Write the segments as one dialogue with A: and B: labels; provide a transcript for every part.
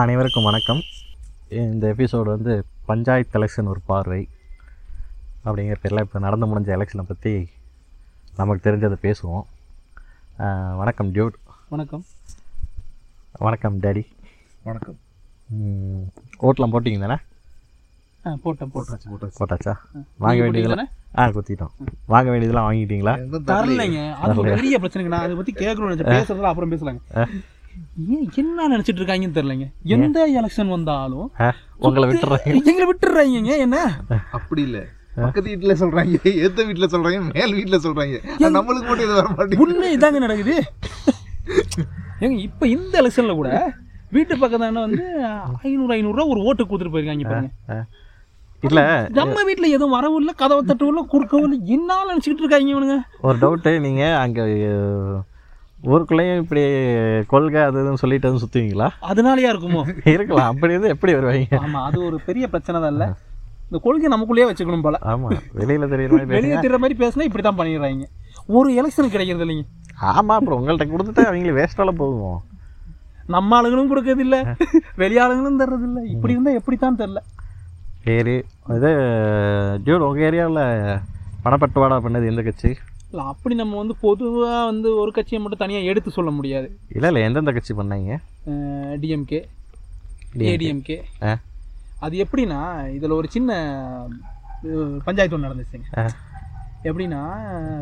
A: அனைவருக்கும் வணக்கம் இந்த எபிசோடு வந்து பஞ்சாயத்து எலெக்ஷன் ஒரு பார்வை அப்படிங்கிற பேரில் இப்போ நடந்து முடிஞ்ச எலெக்ஷனை பற்றி நமக்கு தெரிஞ்சதை பேசுவோம் அஹ், வணக்கம் டியூட்
B: வணக்கம்
A: வணக்கம் டேடி
B: வணக்கம்
A: ம், ஓட்டெலாம் போட்டிங்க தானே
B: ஆ போட்டேன் போட்டாச்சு
A: போட்டாச்சா வாங்க வேண்டியதெல்லாம் ஆ குத்திட்டோம் வாங்க வேண்டியதெல்லாம் வாங்கிட்டீங்களா
B: தரலைங்க அது ஒரு பெரிய பிரச்சனைங்க நான் அதை பற்றி கேட்கணும் நினச்சி பேசுறதுல அப்புறம் பேசலாங்க ஏன் என்ன நினைச்சிட்டு இருக்காங்கன்னு தெரியலங்க எந்த எலெக்ஷன் வந்தாலும்
A: ஆ, உங்களை விட்டுறேன்
B: எங்களை விட்டுறாங்க என்ன
C: அப்படி இல்ல பக்கத்து வீட்டுல சொல்றாங்க எந்த வீட்டுல சொல்றாங்க மேல் வீட்டுல சொல்றாங்க ஆனா நம்மளுக்கு மட்டும் இது வர மாட்டேங்குது
B: உண்மை இதாங்க நடக்குது ஏங்க இப்போ இந்த எலெக்ஷன்ல கூட வீட்டு பக்கத்தான வந்து ஐநூறு ஐநூறுரூவா ஒரு ஓட்டு கொடுத்துட்டு போயிருக்காங்க பாருங்க
A: இல்லை
B: நம்ம வீட்டுல எதுவும் வரவும் இல்லை கதவை தட்டவும் இல்லை குறுக்கவும் இல்லை என்னால் நினச்சிக்கிட்டு இருக்காங்க இவனுங்க
A: ஒரு டவுட்டு நீங்கள் அங்கே ஊருக்குள்ளேயும் இப்படி கொள்கை அது இதுன்னு சொல்லிட்டு வந்து சுற்றுவீங்களா
B: அதனாலயா இருக்குமோ
A: இருக்கலாம் அப்படி இருந்து எப்படி வருவாங்க
B: ஆமா அது ஒரு பெரிய பிரச்சனை தான் இல்ல இந்த கொள்கை நமக்குள்ளேயே வச்சுக்கணும் போல
A: ஆமா வெளியில தெரியுற மாதிரி
B: வெளியே
A: பேசுங்க
B: திற மாதிரி பேசினா இப்படி தான் பண்ணிடுறாங்க ஒரு எலெக்ஷன் கிடைக்கிறது இல்லைங்க
A: ஆமா அப்புறம் உங்கள்ட்ட கொடுத்துட்டு அவங்களுக்கு வேஸ்டால போகும்
B: நம்ம ஆளுங்களும் கொடுக்கறது இல்ல வெளியாளுங்களும் தர்றது இல்ல இப்படி இருந்தா எப்படித்தான் தெரியல
A: சரி இது டியூட் உங்க ஏரியாவில் பணப்பட்டுவாடா பண்ணது எந்த கட்சி
B: இல்ல அப்படி நம்ம வந்து பொதுவா வந்து ஒரு கட்சியை மட்டும் தனியா எடுத்து சொல்ல முடியாது
A: இல்ல இல்ல எந்தெந்த கட்சி பண்ணீங்க
B: டிஎம்கே ஏடிஎம்கே
A: ஆ.
B: அது எப்படின்னா இதுல ஒரு சின்ன அஹ், பஞ்சாயத்து ஒன்று நடந்துச்சுங்க
A: ஆ.
B: எப்படின்னா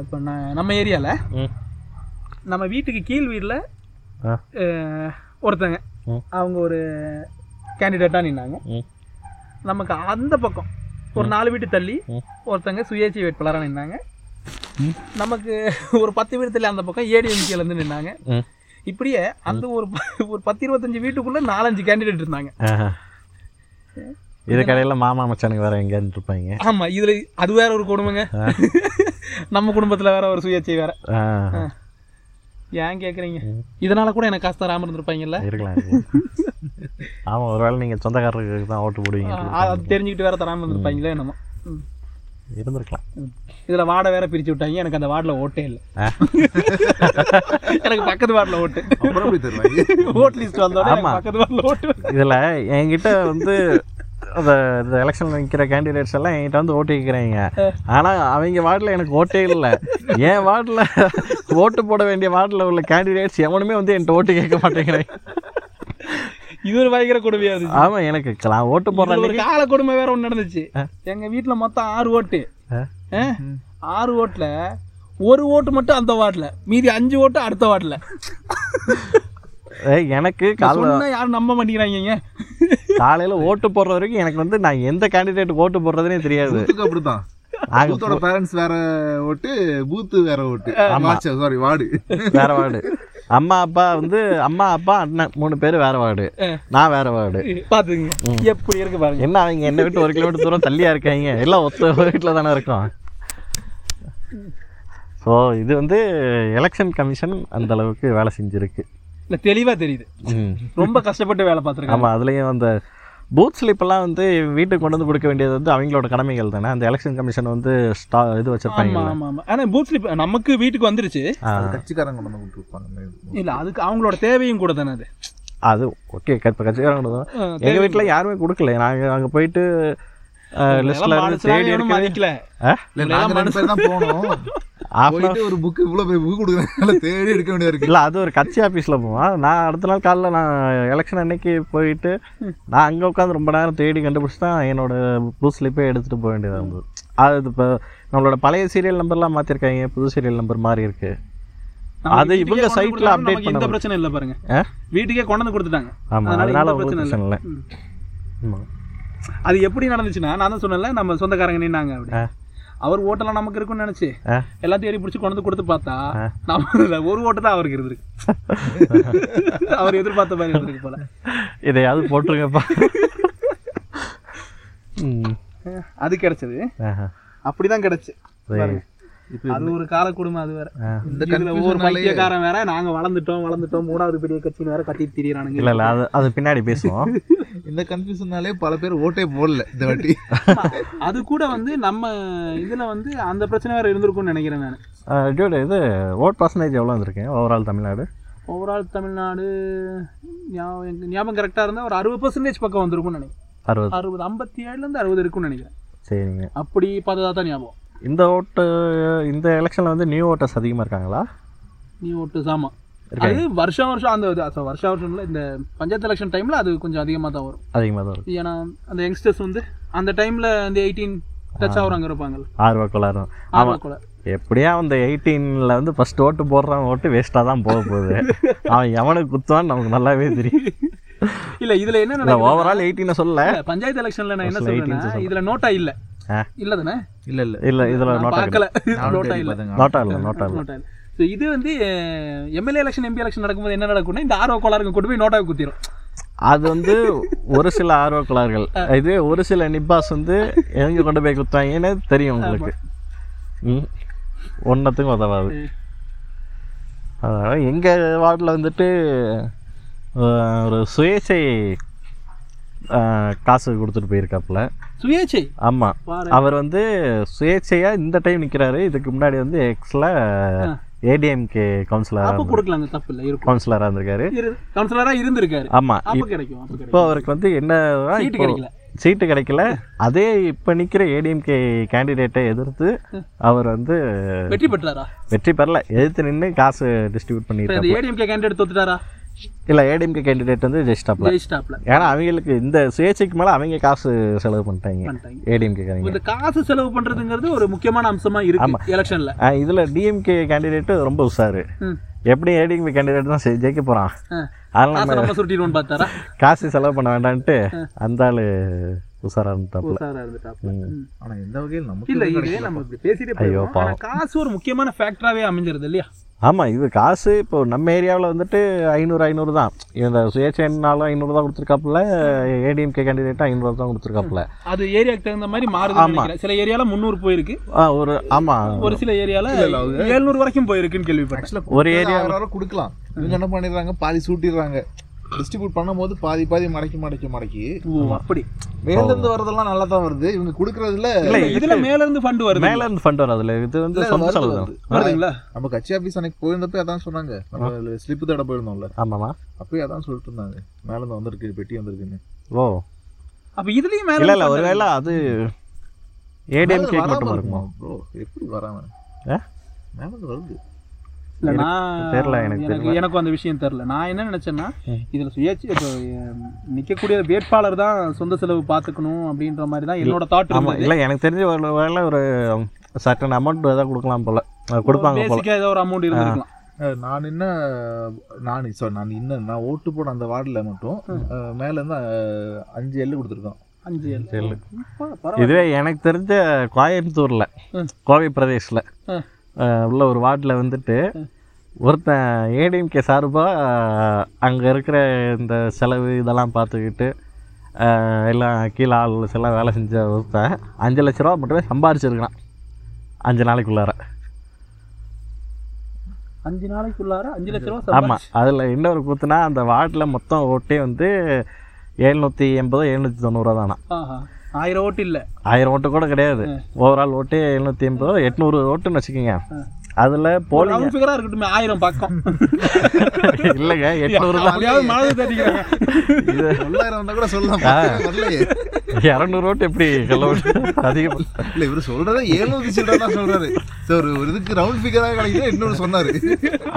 B: இப்போ நம்ம ஏரியால
A: ம்.
B: நம்ம வீட்டுக்கு கீழ் வீட்டில்
A: ஆ.
B: ஒருத்தங்க
A: ம்.
B: அவங்க ஒரு கேண்டிடேட்டாக நின்னாங்க
A: ம்.
B: நமக்கு அந்த பக்கம் ஒரு நாலு வீட்டு தள்ளி
A: ம்.
B: ஒருத்தங்க சுயேட்சை வேட்பாளராக நின்னாங்க நமக்கு ஒரு பத்து வீடு தள்ளி அந்த பக்கம் ஏடிஎம்கேல இருந்து நின்னாங்க
A: ம்.
B: இப்படியே அந்த ஒரு ப- ஒரு பத்து இருபத்தஞ்சு வீட்டுக்குள்ள நாலஞ்சு கேண்டிடேட் இருந்தாங்க
A: ஆஹா. இது கடையில் மாமா மச்சானுக்கு வேற எங்கேன்னு இருப்பாங்க
B: ஆமா இதுல அது வேற ஒரு குடும்பங்க நம்ம குடும்பத்துல வேற ஒரு சுயேட்சை வேற
A: ஆ,
B: ஏன் கேக்குறீங்க இதனால கூட எனக்கு காசு தராம இருந்திருப்பாங்கல்ல
A: இருக்கலாம் ஆமா ஒருவேளை நீங்க சொந்தக்காரருக்கு தான் ஓட்டு போடுவீங்க
B: அ- அது தெரிஞ்சுக்கிட்டு வேற தராம இருந்திருப்பாங்களே என்னமோ ம்.
A: இருந்திருக்கலாம்
B: ம். இதுல வார்டை வேற பிரிச்சு விட்டாங்க எனக்கு அந்த வார்டில் ஓட்டே இல்லை
A: ஆ.
B: எனக்கு பக்கத்து வார்டில் ஓட்டு
C: அப்புறம் எப்படி தருவாங்க
B: ஓட் லிஸ்ட் வந்தோட
A: ஆமா.
B: பக்கத்து வார்டில் ஓட்டு
A: இதுல என்கிட்ட வந்து அந்த இந்த எலெக்ஷன்ல நிக்கிற கேண்டிடேட்ஸ் எல்லாம் என்கிட்ட வந்து ஓட்டு கேட்குறாங்க ஆனா அவங்க வார்டில் எனக்கு ஓட்டே இல்லை என் வார்டில் ஓட்டு போட வேண்டிய வார்டில் உள்ள கேண்டிடேட்ஸ் எவனுமே வந்து என்கிட்ட ஓட்டு கேட்க மாட்டேங்கிறேன்
B: இது ஒரு பயங்கர கொடுமையா இருந்துச்சு
A: ஆமா எனக்கு க- நான் ஓட்டு போடுறேன்
B: இதுல ஒரு கால கொடுமை வேற ஒண்ணு நடந்துச்சு எங்க வீட்ல மொத்தம் ஆறு ஓட்டு
A: ஆ.
B: ஆ? ஆறு ஓட்டுல ஒரு ஓட்டு மட்டும் அந்த வார்டுல மீதி அஞ்சு ஓட்டு அடுத்த வார்டுல
A: ஏய், எனக்கு கால
B: சொன்னா யாரும் நம்ப மாட்டேங்கிறாங்க
A: காலையில ஓட்டு போடுற வரைக்கும் எனக்கு வந்து நான் எந்த கேண்டிடேட் ஓட்டு போடுறதுனே தெரியாது
C: பூத்துக்கு அப்படிதான்
A: நாங்க
C: பூத்தோட பேரண்ட்ஸ் வேற ஓட்டு பூத்து வேற ஓட்டு சாரி வார்டு
A: வேற வார்டு அம்மா அப்பா வந்து அம்மா அப்பா அண்ணன் மூணு பேர் வேற வார்டு நான் வேற வார்டு
B: பாத்துங்க எப்படி இருக்கு பாருங்க
A: என்ன அவங்க என்னை விட்டு ஒரு கிலோமீட்டர் தூரம் தள்ளியா இருக்காங்க எல்லாம் ஒத்த வீட்டில் தானே இருக்கோம் ஸோ இது வந்து எலெக்ஷன் கமிஷன் அந்த அளவுக்கு வேலை செஞ்சிருக்கு
B: இல்ல தெளிவா தெரியுது ரொம்ப கஷ்டப்பட்டு வேலை பார்த்துருக்காங்க
A: ஆமாம் அதுலேயும் அந்த பூத் ஸ்லிப்பெல்லாம் வந்து வீட்டுக்கு கொண்டு வந்து கொடுக்க வேண்டியது வந்து அவங்களோட கடமைகள் தானே அந்த எலெக்ஷன் கமிஷன் வந்து ஸ்டா இது
B: ஆமா
A: வச்சுருப்பாங்க
B: ஆமா ஆமா ஆனா பூத் ஸ்லிப் நமக்கு வீட்டுக்கு வந்துருச்சு
C: அது கட்சிக்காரங்க கொண்டு வந்து கொடுத்துருப்பாங்க
B: இல்ல அதுக்கு அவங்களோட தேவையும் கூட தானே அது
A: அது ஓகே இப்போ கட்சிக்காரங்க
B: ஆ,
A: எங்கள் வீட்டில் யாருமே கொடுக்கல நாங்கள் அங்கே போயிட்டு லிஸ்ட்டில் இருந்து
B: மனசுலாம்
A: தேடி
B: எவனும்
A: எடுக்க
B: மதிக்கல
C: இல்ல நாங்க ரெண்டு பேர் தான் போனோம்
A: half
C: போயிட்டு ஒரு புக் இவ்வளவு பெரிய புக் கொடுக்குறாங்க தேடி எடுக்க வேண்டியது இருக்கு
A: இல்லை அது ஒரு கட்சி ஆஃபீஸில் போவோம் நான் அடுத்த நாள் காலைல நான் எலெக்ஷன் அன்னைக்கு போயிட்டு நான் அங்கே உட்காந்து ரொம்ப நேரம் தேடி கண்டுபிடிச்சி தான் என்னோட புது ஸ்லிப்பே எடுத்துகிட்டு போக வேண்டியதாக இருந்தது அது இப்போ நம்மளோட பழைய சீரியல் நம்பர்லாம் மாற்றிருக்காங்க புது சீரியல் நம்பர் மாதிரி இருக்கு
B: நம்ம
A: அது
B: வீட்டுக்கே
A: இவங்க
B: கொண்டு
A: site ல
B: கொடுத்தாலும்
A: update
B: நமக்கு எந்த
A: பண்ண
B: பிரச்சனை இல்ல பாருங்க
A: ஆ?
B: வீட்டுக்கே கொண்டு வந்து கொடுத்துட்டாங்க
A: ஆமாம்
B: அதனால
A: அதனால
B: எந்த
A: உங்களுக்கு
B: பிரச்சனை
A: பிரச்சனை இல்லை
B: ம்.
A: ஆமாம்
B: அது எப்படி நடந்துச்சுன்னா நான் தான் சொன்னேன்ல நம்ம சொந்தக்காரங்க நின்னாங்க அப்படி
A: ஆ.
B: அவர் ஓட்டெல்லாம் நமக்கு இருக்கும்னு நினைச்சு
A: ஆ.
B: எல்லாத்தையும் ஏறி பிடிச்சி கொண்டு வந்து கொடுத்து பார்த்தா நம்ம இதுல ஒரு ஓட்டு தான் அவருக்கு இருந்திருக்கு அவர் எதிர்பார்த்த மாதிரி இருந்திருக்கு போல
A: இதையாவது போட்டுருங்கப்பா ம்
B: அது கிடைச்சது
A: ஆஹா.
B: அப்படிதான் கிடைச்சு
A: சரி.
B: பாருங்க. அது ஒரு கால குடும்பம் அது வேற
C: இந்த
B: இதுல ஒரு
C: கன்ஃபியூஷனாலே
B: பைத்தியக்காரன் வேற நாங்க வளர்ந்துட்டோம் வளர்ந்துட்டோம் மூணாவது பெரிய கட்சின்னு வேற கட்டிட்டு திரியறானுங்க
A: இல்லை இல்லை அது அது பின்னாடி பேசுவோம்
C: இந்த கன்ஃபியூஷனாலே பல பேர் ஓட்டே போடல இந்த வாட்டி
B: அது கூட வந்து நம்ம இதுல வந்து அந்த பிரச்சனை வேற இருந்திருக்கும்னு நினைக்கிறேன் நான்
A: டியூடு இது ஓட் பர்சன்டேஜ் எவ்வளோ வந்திருக்கேன் ஓவரால் தமிழ்நாடு
B: ஓவரால் தமிழ்நாடு ஞாபகம் எனக்கு ஞாபகம் கரெக்டாக இருந்தால் ஒரு அறுபது பர்சன்டேஜ் பக்கம் வந்திருக்கும்னு நினைக்கிறேன்
A: அறுபது
B: அறுபது ஐம்பத்தி ஏழுலேருந்து அறுபது இருக்கும்னு நினைக்கிறேன்
A: சரிங்க
B: அப்படி பார்த்ததா தான் ஞாபகம்
A: இந்த ஓட்டு இந்த எலெக்ஷனில் வந்து நியூ ஓட்டர்ஸ் அதிகமாக இருக்காங்களா
B: நீ ஓட்டு சாமா
A: இருக்காங்க.
B: அது வருஷம் வருஷம் அந்த இது அது வருஷம் வருஷம் இல்லை இந்த பஞ்சாயத்து எலெக்ஷன் டைமில் அது கொஞ்சம் அதிகமாக தான் வரும்
A: அதிகமாக தான் இருக்கும்
B: ஏன்னா அந்த யங்ஸ்டர்ஸ் வந்து அந்த டைமில் அந்த எயிட்டீன் டச் ஆகுறாங்க இருப்பாங்கல்ல
A: ஆர்வக்குள்ளாக இருக்கும்
B: ஆமா கூட
A: எப்படியா அந்த எயிட்டீனில் வந்து ஃபர்ஸ்ட் ஓட்டு போடுறவன் ஓட்டு வேஸ்ட்டாக தான் போக போகுது அவன் எவனுக்கு குத்துவான்னு நமக்கு நல்லாவே தெரியும்
B: இல்ல இதுல என்ன
A: இல்லை
B: நடக்குதுன்னா,
A: ஓவரால் எயிட்டீனை சொல்ல
B: இல்ல, பஞ்சாயத்து எலெக்ஷன்ல நான் என்ன
A: Versus 18
B: சொல்றேன்னா இதுல நோட்டா இல்ல
A: ஆ.
B: இல்ல தானே
C: இல்ல இல்ல
A: இல்லை இதில்
B: நான்
A: நோட்டா
B: பார்க்கல
C: நானும்
B: நோட்டா
C: தேடி
B: இல்ல
C: பார்த்தேங்க.
A: நோட்டா இல்லை நோட்டா இல்லை
B: நோட்டா இல்ல So, இது வந்து எம்எல்ஏ எலெக்ஷன் எம்பி எலெக்ஷன் நடக்கும்போது என்ன நடக்கும்னா இந்த ஆர்வ கோளாருக்கு கொண்டு போய் நோட்டாவை குத்திரும்
A: அது வந்து ஒரு சில ஆர்வக்குள்ளார்கள் இது ஒரு சில நிப்பாஸ் வந்து எங்க கொண்டு போய் குத்தாங்கன்னு தெரியும் உங்களுக்கு ம் ஒன்றத்துக்கும் உதவாது அதாவது எங்கள் வார்டில் வந்துட்டு அஹ், ஒரு சுயேச்சை அஹ், காசு கொடுத்துட்டு போயிருக்காப்புல
B: சுயேச்சை
A: ஆமாம்
B: பாரு
A: அவர் வந்து சுயேச்சையாக இந்த டைம் நிற்கிறாரு இதுக்கு முன்னாடி வந்து எக்ஸில் ஏடிஎம்கே
B: அப்ப
A: கவுன்சிலராக
B: கொடுக்கலாங்க தப்பு இல்ல இருக்கும்
A: கவுன்சிலராக இருந்திருக்காரு
B: இரு- கவுன்சிலரா இருந்திருக்காரு
A: ஆமாம்
B: அப்ப கிடைக்கும் அப்ப
A: இப்போ
B: கிடைக்கும்
A: அவருக்கு வந்து என்னன்னா
B: சீட்டு
A: இப்போ
B: கிடைக்கல
A: சீட்டு கிடைக்கல அதே இப்போ நிற்கிற ஏடிஎம்கே கேண்டிடேட்டை எதிர்த்து அவர் வந்து
B: வெற்றி பெற்றாரா
A: வெற்றி பெறல எதிர்த்து நின்று காசு டிஸ்ட்ரிபியூட்
B: இப்ப
A: பண்ணியிருக்காரு
B: இந்த ஏடிஎம்கே கேண்டிடேட் தோத்துட்டாரா
A: இல்லை ஏடிஎம்கே கேண்டிடேட் வந்து ஜெயிச்சிட்டாப்ல
B: ஜெயிச்சிட்டாப்ல
A: ஏன்னா அவங்களுக்கு இந்த சுயேட்சைக்கு மேலே அவங்க காசு செலவு பண்ணிட்டாங்க
B: பண்ணிட்டாங்க
A: ஏடிஎம்கே
B: இப்ப
A: காரங்க
B: இந்த காசு செலவு பண்றதுங்கிறது ஒரு முக்கியமான அம்சமா இருக்கு எலெக்ஷன்ல
A: இதில் டிஎம்கே கேண்டிடேட்டு ரொம்ப உஷாரு
B: ம்.
A: எப்படி ஏடிஎம்கே கேண்டிடேட் தான் செய்- ஜெயிக்க போகிறான்
B: ஆ.
A: அதனால
B: காசை நம்ம சுருட்டிடுவோம்னு பார்த்தாரா
A: காசு செலவு பண்ண வேண்டான்ட்டு அந்த ஆள் உஷாராக இருந்துட்டாப்புல
B: உஷாரா இருந்துட்டாப்ல.
A: ம்.
B: ம்.
C: ஆனா எந்த வகையில் நமக்கு
B: இல்ல
C: எதுவும்
B: இது
C: கிடைக்கல.
B: நம்ம இப்படி பேசிட்டே
A: ஐயோ,
B: போயிருக்கோம். ஆனா காசு ஒரு முக்கியமான ஃபேக்டராவே அமைஞ்சிருது இல்லையா
A: ஆமாம் இது காசு இப்போ நம்ம ஏரியாவில் வந்துட்டு ஐநூறு ஐநூறு தான் இந்த சுயேட்சைனாலும் ஐநூறு தான் கொடுத்துருக்காப்புல ஏடிஎம்கே கேண்டிடேட்டும் ஐநூறு தான் கொடுத்துருக்காப்புல
B: அது ஏரியாக்கு தகுந்த மாதிரி மாறுதுன்னு நினைக்கிறேன் சில ஏரியால முந்நூறு போயிருக்கு
A: ஆ ஒரு ஆமாம்
B: ஒரு சில ஏரியால எழுநூறு வரைக்கும் போயிருக்குன்னு கேள்விப்பட்டேன்
C: Actually,
A: ஒரு
C: கொடுத்தது
A: area-
C: ஆயிரம் ரூபா கொடுக்கலாம் இவங்க என்ன பண்ணிடுறாங்க பாதி சூட்டிடுறாங்க டிஸ்ட்ரிபியூட் பண்ணும்போது பாதி பாதி மடக்கி மடக்கி மடக்கி
B: ஓ அப்படி
C: மேல இருந்து வரதெல்லாம் நல்லா தான் வருது இவங்க கொடுக்கறதுல
B: இல்ல இதுல மேல இருந்து ஃபண்ட் வருது
A: மேலே இருந்து ஃபண்ட் வராதுல இது வந்து
C: இல்ல,
A: சொந்த
C: வருது,
A: செலவு தான்
C: வருது.
B: வருதுங்களா
C: நம்ம கட்சி ஆபீஸ் அன்னைக்கு போயிருந்தப்ப அதான் சொன்னாங்க நம்ம ஸ்லிப் தட போயிருந்தோம்ல
A: ஆமாம்மா
C: அப்பயே அதான் சொல்லிட்டு இருந்தாங்க மேல இருந்து வந்திருக்கு பெட்டி வந்திருக்குன்னு
A: ஓ
B: அப்ப இதுலயும் மேல
A: இல்லை இல்லை
B: இருந்து fund
A: ஒருவேளை அது ஏடிஎம்கே
C: மேல
A: மட்டுமா
C: வராம
A: இருக்குமா
C: ப்ரோ எப்படி வராம
A: ஆ?
C: மேல இருந்து வருது
B: இல்ல, நான்
A: தெரியல, எனக்கு
B: எனக்கு
A: தெரியல.
B: எனக்கும் அந்த விஷயம் தெரியல நான் என்ன நினைச்சேன்னா
A: ம்.
B: இதுல சுயேட்சை இப்போ அஹ், நிக்கக்கூடிய வேட்பாளர் தான் சொந்த செலவு பாத்துக்கணும் அப்படின்ற மாதிரி தான் என்னோட தாட்
A: ஆமாம் இல்லை எனக்கு தெரிஞ்ச ஒரு வேளை ஒரு சர்டன் அமௌண்ட் ஏதாவது கொடுக்கலாம் போல அஹ் கொடுப்பாங்க போல
B: பேசிக்கா ஏதோ ஒரு அமௌண்ட் இருந்திருக்கலாம்
C: அஹ் நான் என்ன நான் சாரி நான் இன்னும் நான் ஓட்டு போட அந்த வார்டில் மட்டும் அஹ், மேல இருந்து அஹ், அஞ்சு எல்லு கொடுத்துருக்கோம்
B: அஞ்சு ஏழு.
A: ஏழு.
B: பரவா- பரவாயில்ல.
A: இதுவே எனக்கு தெரிஞ்ச கோயம்புத்தூரில்
B: ம்.
A: கோவை பிரதேசில்
B: ம்.
A: உள்ள ஒரு வார்டில் வந்துட்டு ஒருத்தன் ஏடிஎம்கே சார்பாக அங்கே இருக்கிற இந்த செலவு இதெல்லாம் பார்த்துக்கிட்டு அஹ், எல்லாம் கீழே ஆள் எல்லாம் வேலை செஞ்ச ஒருத்தன் அஞ்சு லட்ச ரூபா மட்டுமே சம்பாரிச்சிருக்கிறான் அஞ்சு நாளைக்குள்ளார
B: அஞ்சு நாளைக்குள்ளார அஞ்சு லட்ச ரூபா
A: ஆமாம் அதில் என்ன ஒரு கூத்துனா அந்த வார்டில் மொத்தம் ஓட்டே வந்து எழுநூற்றி எண்பதோ எழுநூற்றி தொண்ணூறுவா தானா
B: ஆஹா ஆயிரம் ஓட்டு இல்ல
A: ஆயிரம் ஓட்டு கூட கிடையாது ஓவரால் ஓட்டே எழுநூற்றி எண்பதோ எட்நூறு ஓட்டுன்னு வச்சுக்கோங்க அதில் போலி
B: ரவுண்ட் ஃபிகரா இருக்கட்டும் ஆயிரம் பக்கம்
A: இல்லைங்க எட்நூறு தான்
B: அப்படியாவது மனதை தட்டிக்கிறாங்க
A: இது
C: தொள்ளாயிரம் வந்தா கூட சொல்லலாம் வரலையே.
A: இரநூறு ஓட்டு எப்படி சொல்ல முடியும்? அதிகம்
C: இல்ல இவரு சொல்றதே ஏழுநூத்தி சில்லறை தான் சொல்றாரு சரி, ஒரு ஒரு இதுக்கு ரவுண்ட் ஃபிகரா கிடைக்குது இன்னொரு சொன்னாரு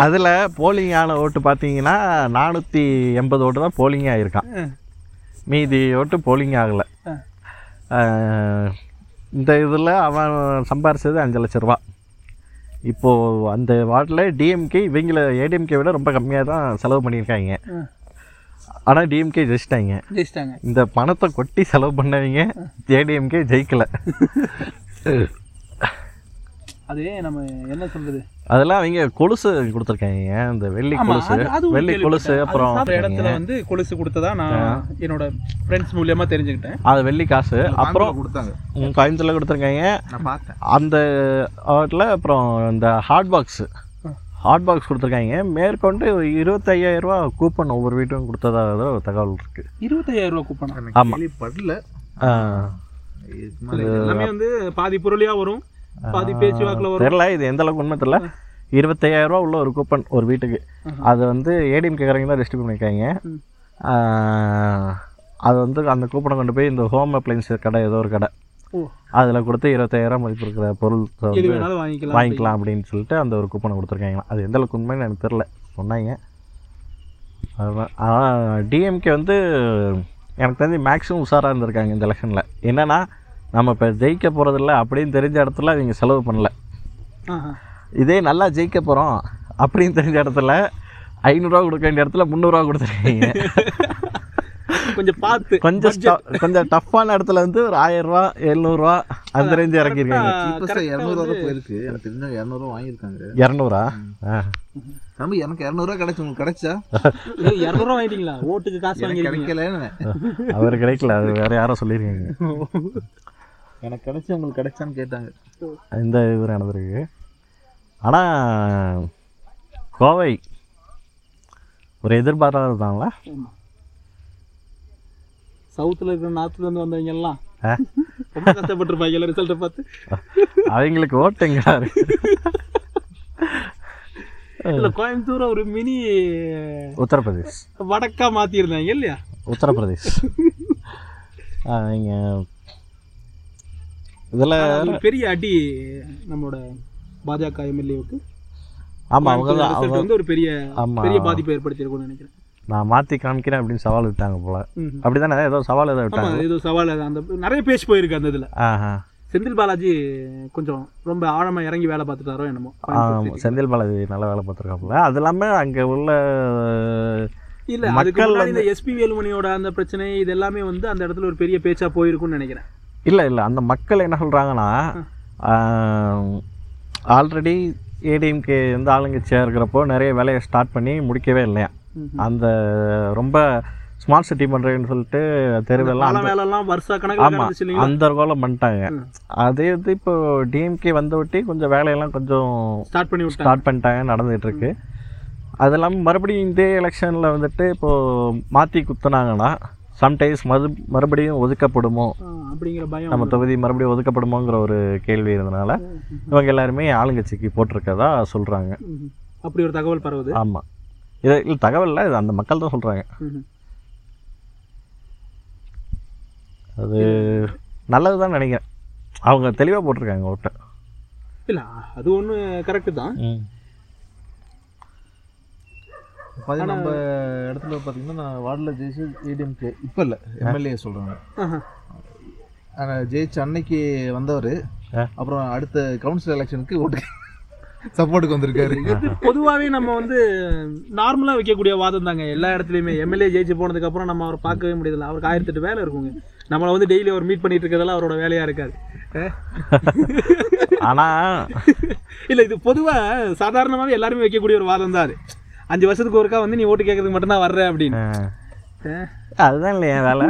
A: அதில் போலிங் ஆன ஓட்டு பார்த்தீங்கன்னா நானூற்றி எண்பது ஓட்டு தான் போலிங் ஆகியிருக்கான் மீதி ஓட்டு போலிங் ஆகலை
B: ஆ.
A: இந்த இதில் அவன் சம்பாரிச்சது அஞ்சு லட்ச ரூபா இப்போது அந்த வார்டில் டிஎம்கே இவங்கள ஏடிஎம்கே விட ரொம்ப கம்மியாக தான் செலவு பண்ணியிருக்காங்க
B: ஆ.
A: ஆனால் டிஎம்கே ஜெயிச்சிட்டாங்க
B: ஜெயிச்சிட்டாங்க
A: இந்த பணத்தை கொட்டி செலவு பண்ணவங்க ஏடிஎம்கே ஜெயிக்கலை
B: அது நம்ம என்ன சொல்றது
A: அதெல்லாம் அவங்க கொலுசு கொடுத்துருக்காங்க இந்த வெள்ளி
B: ஆமா,
A: கொலுசு
B: அது- அது ஒரு
A: வெள்ளி கொலுசு
B: கேள்விப்பட்டேன். அது
A: அப்புறம்
B: சாப்பிட்ட இடத்துல வந்து கொலுசு கொடுத்ததா நான் என்னோட ஃப்ரெண்ட்ஸ் மூலியமா தெரிஞ்சுக்கிட்டேன்
A: அது வெள்ளி காசு அப்புறம்
C: ஆந்திரா கொடுத்தாங்க
A: ம், கோயம்புத்தூர்ல கொடுத்துருக்காங்க
C: நான் பார்த்தேன்
A: அந்த ஆட்டில் அப்புறம் இந்த ஹாட் பாக்ஸ் ஹாட் பாக்ஸ் கொடுத்துருக்காங்க மேற்கொண்டு இருபத்தையாயிரம் ரூபா கூப்பன் ஒவ்வொரு வீட்டுக்கும் கொடுத்ததாக ஒரு தகவல் இருக்கு
B: இருபத்தையாயிரம் ரூபாய் கூப்பனா
A: ஆமா.
C: எனக்கு படல
A: ஆ,
C: இதுக்கு மேல
B: எல்லாமே வந்து பாதி பொருளியா வரும் பாதி பேச்சு வாக்குல வரும்
A: தெரியல இது எந்த அளவுக்கு உண்மை தெரியல இருபத்தையாயிரம் ரூபா உள்ள ஒரு கூப்பன் ஒரு வீட்டுக்கு
B: ஆஹா.
A: அது வந்து ஏடிஎம் கேட்குறவங்க தான் டிஸ்ட்ரிபியூட் பண்ணியிருக்காங்க
B: ம்.
A: ஆஹ், அது வந்து அந்த கூப்பனை கொண்டு போய் இந்த ஹோம் அப்ளைன்ஸ் கடை ஏதோ ஒரு கடை
B: ஓ
A: அதில் கொடுத்து இருபத்தாயிரம் மதிப்பு இருக்கிற பொருள்
B: எது
A: வந்து
B: வேணாலும் வாங்கிக்கலாம்
A: வாங்கிக்கலாம் அப்படின்னு சொல்லிட்டு அந்த ஒரு கூப்பனை கொடுத்துருக்காங்க அது எந்த அளவுக்கு உண்மைன்னு எனக்கு தெரில சொன்னாங்க அதுதான் ஆனால் டிஎம்கே வந்து எனக்கு தெரிஞ்சு மேக்ஸிமம் உஷாராக இருந்திருக்காங்க இந்த எலெக்ஷனில் என்னன்னா நம்ம இப்போ ஜெயிக்க போகிறதில்ல அப்படின்னு தெரிஞ்ச இடத்துல இவங்க செலவு பண்ணல
B: ஆஹா.
A: இதே நல்லா ஜெயிக்க போகிறோம் அப்படின்னு தெரிஞ்ச இடத்துல ஐநூறுரூவா கொடுக்க வேண்டிய இடத்துல முந்நூறுரூவா கொடுத்துருக்கீங்க
B: கொஞ்சம் பார்த்து
A: கொஞ்சம் stu- கொஞ்சம் டஃப்பான இடத்துல வந்து ஒரு ஆயிரரூவா எழுநூறுவா அந்த ரேஞ்சு இறக்கியிருக்காங்க
C: இப்போ சார் இரநூறுவா போயிருக்கு எனக்கு தெரிஞ்ச இரநூறுவா வாங்கியிருக்காங்க
A: இரநூறா ஆ
C: தம்பி எனக்கு இரநூறுவா கிடைச்சு உங்களுக்கு கிடைச்சா
B: இரநூறுவா வாங்கிட்டீங்களா ஓட்டுக்கு காசு
C: எனக்கு
B: வாங்கிருக்கீங்க
C: கிடைக்கல
A: அவர் கிடைக்கல அது வேற யாரோ சொல்லியிருக்காங்க
C: எனக்கு கிடைச்சு உங்களுக்கு கிடைச்சான்னு கேட்டாங்க
A: இந்த இது நடந்திருக்கு ஆனால் கோவை ஒரு எதிர்பாராக இருந்தாங்களா
B: ஆமா. சவுத்துல இருக்கிற நார்த்ல இருந்து வந்தவங்க எல்லாம்
A: ஆ?
B: ரொம்ப கஷ்டப்பட்டிருப்பாங்க எல்லாம் ரிசல்ட்டை பார்த்து
A: அவங்களுக்கு ஓட்டு எங்கடா இருக்கு
B: இல்ல கோயம்புத்தூரை ஒரு மினி
A: உத்தரப்பிரதேஷ்
B: வடக்கா மாத்திருந்தாங்க இல்லையா
A: உத்தரப்பிரதேஷ் அவங்க இதில்
B: அது ஒரு பெரிய அடி நம்மளோட பாஜக எம்எல்ஏவுக்கு
A: ஆமாம் அவங்க தான் அவங்க
B: வந்து ஒரு பெரிய
A: ஆமா.
B: பெரிய பாதிப்பை ஏற்படுத்தியிருக்கும்னு நினைக்கிறேன்
A: நான் மாற்றி காமிக்கிறேன் அப்படின்னு சவால் விட்டாங்க போல
B: ம்.
A: அப்படி தானே ஏதோ சவால் ஏதோ
B: ஆமா
A: விட்டாங்க
B: இது ஒரு சவால் அது. அந்த நிறைய பேஜ் போயிருக்கு அந்த இதுல
A: ஆஹா
B: செந்தில் பாலாஜி கொஞ்சம் ரொம்ப ஆழமா இறங்கி வேலை பார்த்துட்டாரோ என்னமோ
A: ஆமாம் செந்தில் பாலாஜி நல்லா வேலை பார்த்துருக்காப்புல அது இல்லாமல் அங்கே உள்ள
B: இல்ல அதுக்கு
A: மக்கள்
B: முன்னாடி இந்த எஸ்பி வேலுமணியோட அந்த பிரச்சனை இது எல்லாமே வந்து அந்த இடத்துல ஒரு பெரிய பேச்சா போயிருக்கும்னு நினைக்கிறேன்
A: இல்லை இல்லை அந்த மக்கள் என்ன சொல்கிறாங்கன்னா ஆல்ரெடி ஏடிஎம்கே வந்து ஆளுங்கட்சியாக இருக்கிறப்போ நிறைய வேலையை ஸ்டார்ட் பண்ணி முடிக்கவே இல்லையா
B: ம்ஹும்.
A: அந்த ரொம்ப ஸ்மார்ட் சிட்டி பண்ணுறேன்னு சொல்லிட்டு தெருவெல்லாம்
B: காலம்
A: அந்த-
B: வேலை எல்லாம் வருஷ கணக்கில்
A: ஆமா
B: நடந்துச்சு இல்லைங்களா
A: அந்த கோலம் பண்ணிட்டாங்க
B: ம்.
A: அதே வந்து இப்போ டிஎம்கே வந்த ஒட்டி கொஞ்சம் வேலையெல்லாம் கொஞ்சம்
B: ஸ்டார்ட் பண்ணி விட்டாங்க
A: ஸ்டார்ட் பண்ணிட்டாங்க நடந்துகிட்டு இருக்கு அது இல்லாமல் மறுபடியும் இந்த எலெக்ஷனில் வந்துட்டு இப்போது மாற்றி குத்துனாங்கன்னா சம்டைம்ஸ் மறு மறுபடியும் ஒதுக்கப்படுமோ
B: ஆ, அப்படிங்கிற பயம்
A: நம்ம
B: வந்து-
A: தொகுதி மறுபடியும் ஒதுக்கப்படுமோங்கிற ஒரு கேள்வி இருந்தனால இவங்க எல்லாருமே ஆளுங்கட்சிக்கு போட்டிருக்கதா சொல்கிறாங்க
B: ம்ஹும். அப்படி ஒரு தகவல் பரவுது
A: ஆமாம் இது இல்லை தகவல் இல்ல, இது அந்த மக்கள் தான் சொல்கிறாங்க
B: ம்ஹும்.
A: அது நல்லது தான் நினைக்கிறேன் அவங்க தெளிவாக போட்டிருக்காங்க ஓட்டை
B: இல்ல அது ஒண்ணு கரெக்ட் தான்
C: பாதி நம்ம இடத்துல பார்த்தீங்கன்னா நான் வார்டில் ஜெயிச்சு ஏடிஎம்கே இப்போ இல்லை எம்எல்ஏ சொல்கிறாங்க
B: ஆஹா.
C: ஆனால் ஜெயிச்ச அன்னைக்கு வந்தவர்
A: ஆ.
C: அப்புறம் அடுத்த கவுன்சில் எலெக்ஷனுக்கு ஓட்டு சப்போர்ட்டுக்கு வந்திருக்காரு
B: இது பொதுவாவே நம்ம வந்து நார்மலா வைக்கக்கூடிய வாதம் தாங்க எல்லா இடத்துலயுமே எம்எல்ஏ ஜெயிச்சு போனதுக்கு அப்புறம் நம்ம அவரை பார்க்கவே முடியல அவருக்கு ஆயிரத்தி எட்டு வேலை இருக்குங்க நம்மள வந்து டெய்லி அவர் மீட் பண்ணிட்டு இருக்கிறதெல்லாம் அவரோட வேலையா இருக்காது அஹ்.
A: ஆனால்
B: இல்ல இது பொதுவா சாதாரணமாவே எல்லாருமே வைக்கக்கூடிய ஒரு வாதம் தான் அது அஞ்சு வருஷத்துக்கு ஒருக்கா வந்து நீ ஓட்டு கேட்கறதுக்கு மட்டும்தான் வர்ற அப்படின்னு அஹ்.
A: அதுதான் இல்லையா வேலை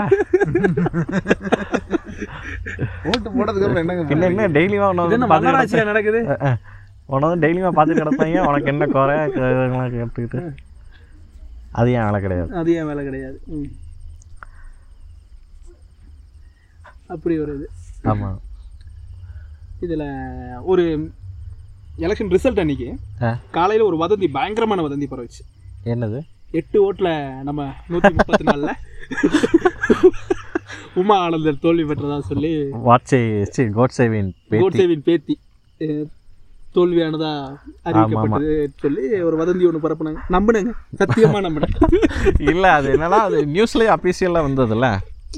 C: ஓட்டு போட்டதுக்கு அப்புறம்
A: என்ன
C: என்னங்க
A: என்ன டெய்லியுமா
B: இது
A: உனக்கு
B: என்ன மன்னராட்சியா நடக்குது
A: உனக்கு டெய்லியுமா பார்த்துட்டு கிடப்பாங்க உனக்கு என்ன குறை இதெல்லாம் கேட்டுக்கிட்டு அது ஏன் வேலை கிடையாது
B: அது ஏன் வேலை கிடையாது ம். அப்படி ஒரு இது
A: ஆமாம்
B: இதுல ஒரு எலெக்ஷன் ரிசல்ட் அன்னைக்கு
A: ஆ.
B: காலையில ஒரு வதந்தி பயங்கரமான வதந்தி பரவுச்சு
A: என்னது
B: எட்டு ஓட்டுல நம்ம நூத்தி முப்பத்தி நாலுல உமா ஆனந்தர் தோல்வி பெற்றதா சொல்லி
A: வாட்சை சி கோட்சேவின் பேட்டி
B: கோட்சேவின் பேத்தி அஹ், தோல்வியானதா அறிவிக்கப்பட்டது சொல்லி ஒரு வதந்தி ஒண்ணு பரப்புனாங்க நம்பினேங்க சத்தியமா நம்பினேன்
A: இல்லை அது என்னன்னா அது நியூஸ்லேயே அஃபீஷியலாக வந்ததுல்ல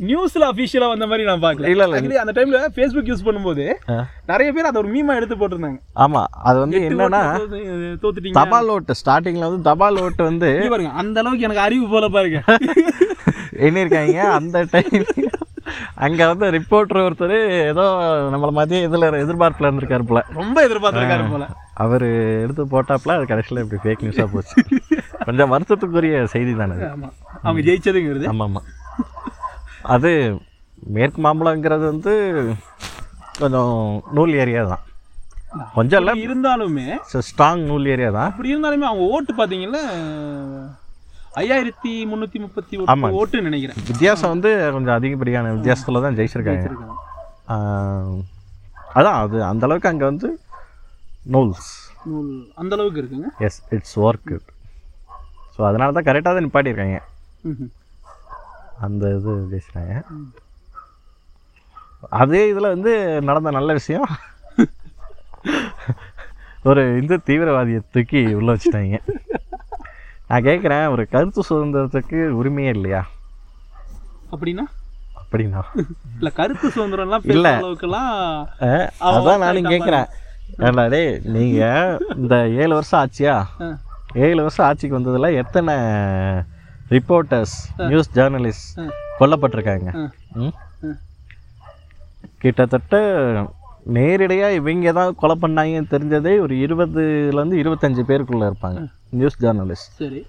B: நியூஸ்ல அபிஷியலா வந்த மாதிரி நான் பார்க்கல
A: இல்ல, இல்ல.
B: Actually, அந்த டைம்ல Facebook யூஸ் பண்ணும்போது
A: ஆ.
B: நிறைய பேர் அதை ஒரு மீமா எடுத்து போட்டிருந்தாங்க
A: ஆமாம் அது வந்து
B: எட்டு
A: என்னன்னா
B: ஓட்டுல தோத்து- தோத்துட்டீங்க
A: தபால் ஓட்டு ஸ்டார்டிங்கில் வந்து தபால் ஓட்டு வந்து
B: இங்க பாருங்க அந்த அளவுக்கு எனக்கு அறிவு போல பாருங்க
A: எண்ணிருக்காங்க அந்த டைம் அங்கே வந்து ரிப்போர்ட்டர் ஒருத்தர் ஏதோ நம்மளை மாதிரியே இதில் எதிர்பார்ப்பில் இருந்திருக்காரு போல
B: ரொம்ப எதிர்பார்த்திருக்காரு போல
A: அவர் எடுத்து போட்டாப்புல அது கடைசியில் இப்படி ஃபேக் நியூஸாக போச்சு கொஞ்சம் வருத்தத்துக்குரிய செய்தி தானே அது
B: ஆமா அவங்க ஜெயிச்சதுங்கிறது
A: ஆமாம் ஆமாம் அது மேற்கு மாம்பழங்கிறது வந்து கொஞ்சம் நூல் ஏரியா தான் கொஞ்சம் இல்லை
B: அப்படி இருந்தாலுமே
A: ஸ்ட்ராங் நூல் ஏரியா தான்
B: அப்படி இருந்தாலுமே அவங்க ஓட்டு பாத்தீங்கன்னா ஐயாயிரத்தி முன்னூத்தி முப்பத்தி ஒட்டு ஓட்டுன்னு நினைக்கிறேன்
A: வித்தியாசம் வந்து கொஞ்சம் அதிகப்படியான வித்தியாசத்தில் தான் ஜெயிச்சிருக்காங்க
B: இருக்காங்க.
A: ஆஹ், அதான் அது அந்த அளவுக்கு அங்கே வந்து நூல்ஸ்
B: நூல் அந்த அளவுக்கு இருக்குங்க
A: எஸ் இட்ஸ் ஒர்க் ஸோ அதனால தான் கரெக்டாக தான் நிப்பாட்டியிருக்காங்க
B: ம்ஹும்.
A: அந்த இது பேசுகிறாங்க அதே இதில் வந்து நடந்த நல்ல விஷயம் ஒரு இந்த தீவிரவாதியை தூக்கி உள்ளே வச்சுட்டாங்க நான் கேட்குறேன் ஒரு கருத்து சுதந்திரத்துக்கு உரிமையே இல்லையா
B: அப்படின்னா
A: அப்படின்னா
B: இல்ல கருத்து சுதந்திரம்லாம் பேசுற அளவுக்குலாம்
A: அஹ்,
B: அவன்
A: அதான் நானும் கேட்குறேன் ஏன்டா டேய் நீங்கள் இந்த ஏழு வருஷம் ஆச்சியா
B: ஆ,
A: ஏழு வருஷம் ஆட்சிக்கு வந்ததுல எத்தனை ரிப்போர்ட்டர்ஸ் நியூஸ் ஜேர்னலிஸ்ட்
B: ஆ.
A: கொல்லப்பட்டிருக்காங்க
B: ஆ.
A: ம்?
B: ஆ.
A: கிட்டத்தட்ட நேரடியாக இவங்க தான் கொலை பண்ணாங்கன்னு தெரிஞ்சதே ஒரு இருபதுலேருந்து இருபத்தஞ்சு பேருக்குள்ளே இருப்பாங்க நியூஸ் ஜேர்னலிஸ்ட்
B: சரி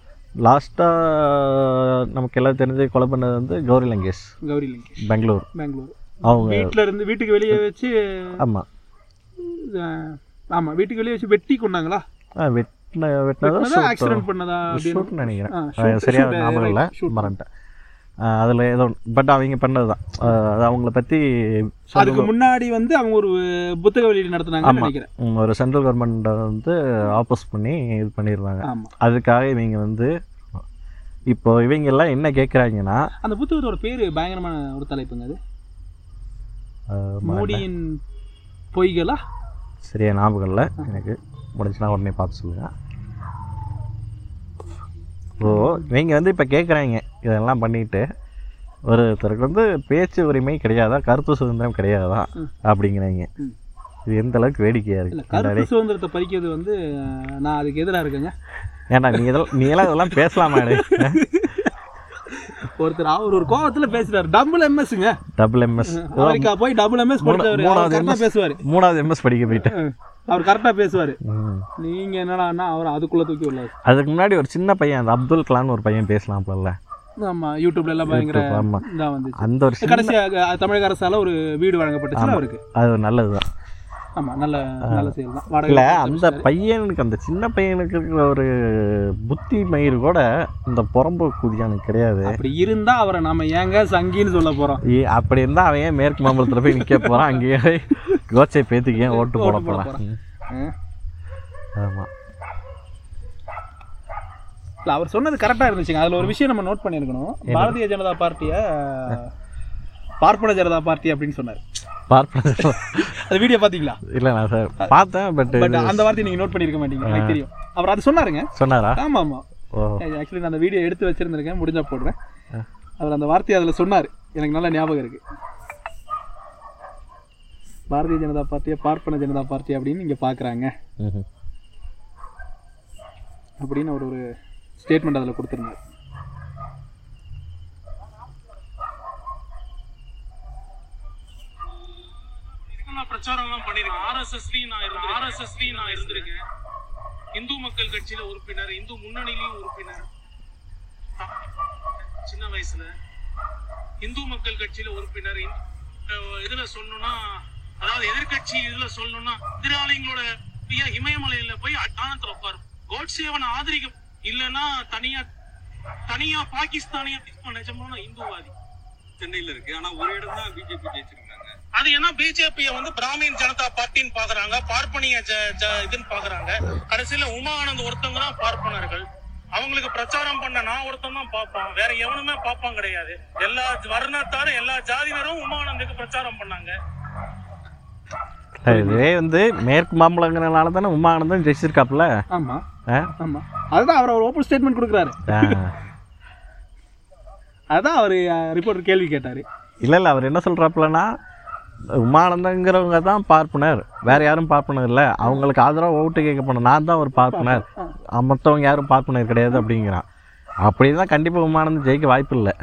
A: லாஸ்ட்டாக நமக்கு எல்லாம் தெரிஞ்சு கொலை பண்ணது வந்து கௌரி லங்கேஷ்
B: கௌரி லிங்கேஷ்
A: பெங்களூர்
B: பெங்களூர்
A: அவங்க
B: வீட்ல இருந்து வீட்டுக்கு வெளியே வச்சு
A: ஆமாம்
B: அஹ், ஆமா வீட்டுக்கு வெளியே வச்சு வெட்டி கொண்டாங்களா
A: வெட்டின வெட்டினதும்
B: ஆக்சிடென்ட் பண்ணதா அப்படின்னு
A: ஷூட்னு நினைக்கிறேன்
B: ஆ,
A: அது சரியா ஞாபகம் இல்லை மறந்துட்டேன் அதில் ஏதோ பட் அவங்க பண்ணது தான் அது அவங்கள பற்றி
B: அதுக்கு முன்னாடி வந்து அவங்க ஒரு புத்தக வெளியீடு நடத்துனாங்கன்னு நினைக்கிறேன்
A: ஒரு சென்ட்ரல் கவர்மெண்ட்டை வந்து ஆப்போஸ் பண்ணி இது பண்ணியிருந்தாங்க
B: ஆமா
A: அதுக்காக இவங்க வந்து இப்போ இவங்க எல்லாம் என்ன கேட்குறாங்கன்னா
B: அந்த புத்தகத்தோட பேரு பயங்கரமான ஒரு தலைப்புங்க அது மோடியின் பொய்களா
A: சரியா ஞாபகம் இல்லை எனக்கு முடிஞ்சுன்னா உடனே பார்த்து சொல்லுங்க ஓ நீங்கள் வந்து இப்போ கேட்குறாங்க இதெல்லாம் பண்ணிட்டு ஒருத்தருக்கு வந்து பேச்சு உரிமை கிடையாதா கருத்து சுதந்திரம் கிடையாதா
B: ம்.
A: அப்படிங்கிறாங்க
B: ம்.
A: இது எந்த அளவுக்கு வேடிக்கையாக
B: இல்ல
A: இருக்கு
B: கருத்து சுதந்திரத்தை பறிக்கிறது வந்து அஹ், நான் அதுக்கு எதிரா இருக்கேங்க
A: ஏன்டா நீ இதெல்லாம் நீ எல்லாம் இதெல்லாம் பேசலாமா
B: ஒருத்தர் அவர் ஒரு கோவத்துல பேசுறாரு டபுள் எம்எஸ்ங்க
A: டபுள் எம்எஸ்
B: அமெரிக்கா போய் டபுள் எம்எஸ் படிச்சவர் அவர்
A: மூணாவது
B: கரெக்டா
A: MS.
B: பேசுவாரு
A: மூணாவது எம்எஸ் படிக்க போயிட்டேன்
B: அஹ், அவர் கரெக்டா பேசுவாரு
A: ம்.
B: நீங்க என்னடான்னா அவர் அதுக்குள்ள தூக்கி உள்ளாரு
A: அதுக்கு முன்னாடி ஒரு சின்ன பையன் அந்த அப்துல் கலாம்னு ஒரு பையன் பேசலாம் போல
B: ஆமா யூடியூப்ல எல்லாம் பயங்கர
A: ஆமா
B: இதா வந்துச்சு
A: அந்த ஒரு சின்ன-
B: கடைசியாக அஹ், தமிழக அரசால ஒரு வீடு வழங்கப்பட்டுச்சு அவருக்கு
A: அது ஒரு நல்லதுதான்
B: ஆமா நல்ல நல்ல செயல் தான்
A: இல்ல
B: வாடகை
A: அந்த பையனுக்கு அந்த சின்ன பையனுக்கு இருக்கிற ஒரு புத்தி மயிர் கூட இந்த புறம்பு கூதியானுக்கு கிடையாது
B: அப்படி இருந்தா அவரை நாம ஏங்க சங்கின்னு சொல்ல போறோம்
A: ஏ, அப்படி இருந்தா அவன் ஏன் மேற்கு மாம்பலத்துல போய் நிக்க போறான் அங்கேயே போய் கோச்சை பேத்துக்கு ஏன் ஓட்டு போட
B: ஓட்டு போட
A: போறான் ம்.
B: அஹ்,
A: ஆமா
B: இல்ல, அவர் சொன்னது கரெக்டா இருந்துச்சுங்க அதுல ஒரு விஷயம் நம்ம நோட் பண்ணியிருக்கணும் பாரதிய ஜனதா பார்ட்டிய பார்ப்பன ஜனதா பார்ட்டி அப்படின்னு சொன்னார்
A: பார்ப்பன
B: அது வீடியோ பாத்தீங்களா
A: இல்ல நான் சார் பார்த்தேன் பட்
B: பட் அந்த வார்த்தையை நீங்க நோட் பண்ணிருக்க மாட்டீங்க எனக்கு தெரியும் அவர் அது சொன்னாருங்க
A: சொன்னாரா
B: ஆமா ஆமா
A: ஓ
B: ஆக்சுவலி நான் அந்த வீடியோ எடுத்து வச்சிருந்திருக்கேன் முடிஞ்சா போடுறேன் அவர் அந்த வார்த்தையை அதுல சொன்னாரு எனக்கு நல்ல ஞாபகம் இருக்கு பாரதிய ஜனதா பார்ட்டியை பார்ப்பன ஜனதா பார்ட்டி அப்படின்னு இங்க பாக்குறாங்க
A: ம்ஹும்.
B: அப்படின்னு அவர் ஒரு ஸ்டேட்மெண்ட் அதுல கொடுத்திருந்தார்
D: இதுக்கெல்லாம் பிரச்சாரம் எல்லாம் பண்ணிருக்கேன் ஆர்எஸ்எஸ்லயும் நான் இருந்திருக்கேன் ஆர்எஸ்எஸ்லயும் நான் இருந்திருக்கேன் இந்து மக்கள் கட்சியில உறுப்பினர் இந்து முன்னணியிலயும் உறுப்பினர் சின்ன வயசுல இந்து மக்கள் கட்சியில உறுப்பினர் இந்து- அஹ் இதுல சொல்லணும்னா அதாவது எதிர்க்கட்சி இதுல சொல்லணும்னா எதிராளிங்களோட ஐயா இமயமலையில போய் அட்டானத்துல உட்காரு கோட்சேவனை ஆதரிக்க இல்லைன்னா தனியா தனியா பாகிஸ்தானிய நிஜமான இந்துவாதி சென்னையில இருக்கு ஆனா ஒரு இடம் தான் பிஜேபி ஜெயிச்சிருக்காங்க அது ஏன்னா பிஜேபியை வந்து பிராமின் ஜனதா பார்ட்டின்னு பாக்குறாங்க பார்ப்பனிய ஜ- ஜ- இதுன்னு பாக்குறாங்க கடைசியில உமா ஆனந்த் ஒருத்தவங்க தான் பார்ப்பனர்கள் அவங்களுக்கு பிரச்சாரம் பண்ண நான் ஒருத்தன் தான் பார்ப்பான் வேற எவனுமே பார்ப்பான் கிடையாது எல்லா வர்ணத்தாரும் எல்லா ஜாதியினரும் உமானந்துக்கு பிரச்சாரம் பண்ணாங்க
A: இதுவே வந்து மேற்கு மாம்பழங்கிறனால தானே உமானந்தம் ஜெயிச்சிருக்காப்புல
B: ஆமா
A: ஆ?
B: ஆமா அதுதான் அவர் ஒரு ஓப்பன் ஸ்டேட்மெண்ட் கொடுக்குறாரு
A: ஆ.
B: அதான் அவர் ரிப்போர்ட்டர் கேள்வி கேட்டாரு
A: இல்ல இல்ல அவர் என்ன சொல்றாப்புலன்னா உமானந்தங்கிறவங்க தான் பார்ப்பனர் வேற யாரும் பார்ப்பனர் இல்ல அவங்களுக்கு ஆதரவா ஓட்டு கேட்க போன நான் தான் ஒரு பார்ப்பனர் ஆ, மத்தவங்க யாரும் பார்ப்பனர் கிடையாது அப்படிங்கிறான் அப்படிதான் கண்டிப்பா உமானந்தம் ஜெயிக்க வாய்ப்பு இல்லை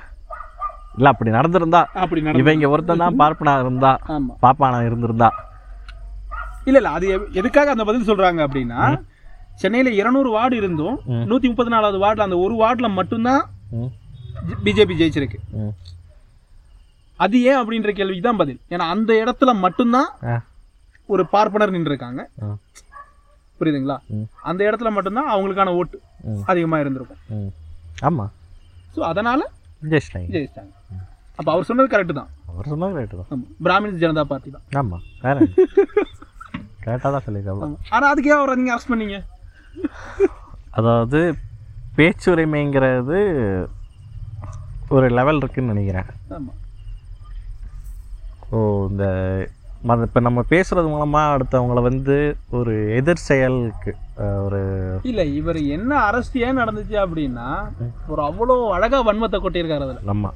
A: இல்ல அப்படி நடந்திருந்தா
B: அப்படி நடந்து
A: இவங்க ஒருத்தன் தான் பார்ப்பனா இருந்தா
B: ஆமா
A: பாப்பானா இருந்திருந்தா
B: இல்ல இல்ல அது எ- எதுக்காக அந்த பதில் சொல்றாங்க அப்படின்னா சென்னையில இருநூறு வார்டு இருந்தும்
A: ம்.
B: நூத்தி முப்பத்தி நாலாவது வார்டுல அந்த ஒரு வார்டுல மட்டும்தான்
A: ம்,
B: பிஜேபி ஜெயிச்சிருக்கு
A: ம்.
B: அது ஏன் அப்படின்ற கேள்விக்கு தான் பதில் ஏன்னா அந்த இடத்துல மட்டும்தான்
A: ஆ.
B: ஒரு பார்ப்பனர் நின்றுருக்காங்க
A: ஆ.
B: புரியுதுங்களா
A: ம்.
B: அந்த இடத்துல மட்டும்தான் அவங்களுக்கான ஓட்டு
A: ம்.
B: அதிகமா இருந்திருக்கும்
A: ம். ஆமா
B: ஸோ அதனால
A: ஜெயிச்சிட்டாங்க
B: ஜெயிச்சிட்டாங்க அப்ப அவர் சொன்னது கரெக்ட் தான்
A: அவர் சொன்னது ரைட்டு தான்
B: ஆமா. பிராமின்ஸ் ஜனதா பார்ட்டி தான்
A: ஆமா வேற என்ன? கேட்டால் தான் சொல்லியிருக்காப்ல
B: ஆனா அதுக்கே அவரை நீங்க அரெஸ்ட் பண்ணீங்க
A: அதாவது பேச்சுரிமைங்கிறது ஒரு லெவல் இருக்குன்னு நினைக்கிறேன்
B: ஆமா
A: ஓ இந்த மத இப்போ நம்ம பேசுறது மூலமாக அடுத்தவங்கள வந்து ஒரு எதிர் செயலுக்கு அஹ், ஒரு
B: இல்ல இவர் என்ன அரசு ஏன் நடந்துச்சு அப்படின்னா ஒரு அவ்வளோ அழகா வன்மத்தை கொட்டியிருக்காரு அதுல
A: நம்ம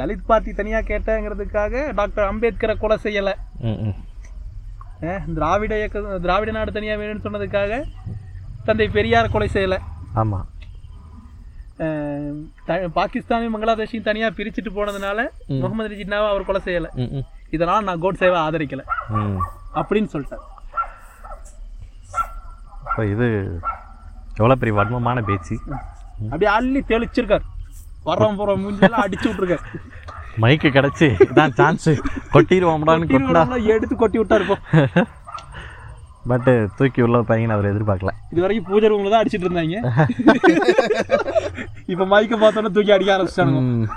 B: தலித் பார்ட்டி தனியா கேட்டங்கிறதுக்காக டாக்டர் அம்பேத்கரை கொலை செய்யல
A: ம் ம்
B: அஹ், திராவிட இயக்க திராவிட நாடு தனியா வேணும்னு சொன்னதுக்காக தந்தை பெரியார் கொலை செய்யல
A: ஆமாம்
B: அஹ், த- பாகிஸ்தானையும் பங்களாதேஷையும் தனியா பிரிச்சுட்டு போனதுனால முகமது அலி ஜின்னாவை அவர் கொலை செய்யல
A: ம் ம்
B: இதெல்லாம் நான் கோட் சேவை ஆதரிக்கல
A: ம்
B: அப்படின்னு சொல்லிட்டார்
A: இப்போ இது எவ்வளோ பெரிய வன்மமான பேச்சு
B: அப்படியே அள்ளி தெளிச்சிருக்கார் வர்றோம் போறோம் மூஞ்செல்லாம் அடிச்சு விட்டுருக்காரு
A: மைக்கு கிடச்சி இதான் சான்ஸு கொட்டிடுவோம்டான்னு கொட்டினா
B: திருவண்ணாமலை எடுத்து கொட்டி விட்டாரு இப்போ
A: பட்டு தூக்கி உள்ள பையன் அவர் எதிர்பார்க்கல
B: இது வரைக்கும் பூஜை ரூம்ல தான் அடிச்சிட்டு இருந்தாங்க இப்ப மைக்க பார்த்தோன்னே தூக்கி அடிக்க ஆரம்பிச்சிட்டானுங்க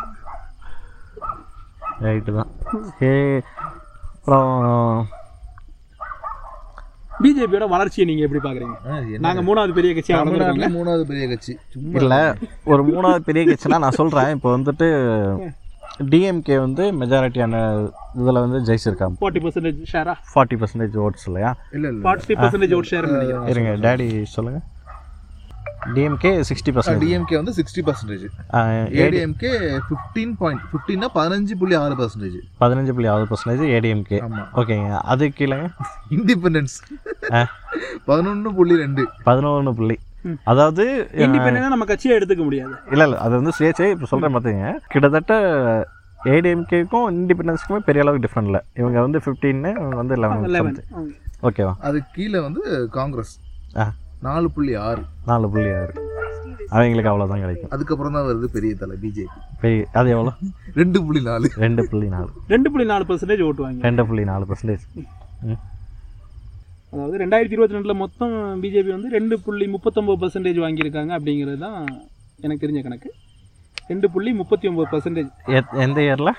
A: ரைட்டு தான் ஏ அப்புறம்
B: பிஜேபியோட வளர்ச்சியை நீங்க எப்படி பாக்குறீங்க
C: ஆ, என்ன
B: நாங்க மூணாவது பெரிய கட்சியா
C: தமிழ்நாட்டுல மூணாவது பெரிய கட்சி சும்மா
A: இல்லை ஒரு மூணாவது பெரிய கட்சினா நான் சொல்கிறேன் இப்போ வந்துட்டு டிஎம்கே வந்து மெஜாரிட்டியான இதில் வந்து ஜெயிச்சிருக்காங்க
B: ஃபார்ட்டி பர்சன்டேஜ் ஷேரா
A: ஃபார்ட்டி பர்சன்டேஜ் ஓட்ஸ் இல்லையா
C: இல்ல இல்ல
B: ஃபார்ட்டி பர்சன்டேஜ் ஒரு ஷேர்
A: இருங்க டேடி சொல்லுங்கள் டிஎம்கே சிக்ஸ்டி பர்சன்டேஜ்
C: டிஎம்கே வந்து sixty percentage ADMK fifteen point ஃபிஃப்டீன்னா பதினஞ்சு புள்ளி ஆறு பர்சன்டேஜ்
A: பதினஞ்சு புள்ளி ஆறு பர்சன்டேஜ் ஏடிஎம்கே
C: ஆமா
A: ஓகேங்க அது கீழேங்க
C: இண்டிபெண்டன்ஸ்
A: ஆ.
C: பதினொன்னு புள்ளி ரெண்டு
A: பதினொன்று புள்ளி
B: ம்.
A: அதாவது
B: இண்டிபெண்டா நம்ம கட்சியை எடுத்துக்க முடியாது
A: இல்லை இல்லை அது வந்து சுயேட்சை இப்போ சொல்கிறேன் பார்த்துங்க கிட்டத்தட்ட ஏடிஎம்கேக்கும் இண்டிபெண்டன்ஸுக்குமே பெரிய அளவுக்கு டிஃப்ரெண்ட் இல்லை இவங்க வந்து ஃபிஃப்டீன்னு இவங்க வந்து லெவன்
B: லெவன்
A: ஓகேவா
C: அது கீழே வந்து காங்கிரஸ்
A: ஆ.
C: நாலு புள்ளி ஆறு
A: நாலு புள்ளி ஆறு அவங்களுக்கு அவ்வளோதான் கிடைக்கும்
C: அதுக்கப்புறம் தான் வருது பெரிய தலை பிஜேபி
A: பெரிய அது எவ்வளோ
C: ரெண்டு புள்ளி நாலு
A: ரெண்டு புள்ளி நாலு
B: ரெண்டு புள்ளி நாலு பர்சன்டேஜ் ஓட்டுவாங்க
A: ரெண்டு புள்ளி நாலு பர்சன்டேஜ்
B: அதாவது ரெண்டாயிரத்தி இருபத்தி ரெண்டுல மொத்தம் பிஜேபி வந்து ரெண்டு புள்ளி முப்பத்தொன்பது பர்சன்டேஜ் வாங்கியிருக்காங்க அப்படிங்கிறது தான் எனக்கு தெரிஞ்ச கணக்கு ரெண்டு புள்ளி முப்பத்தி ஒன்பது பர்சன்டேஜ்
A: எந்த இயரில்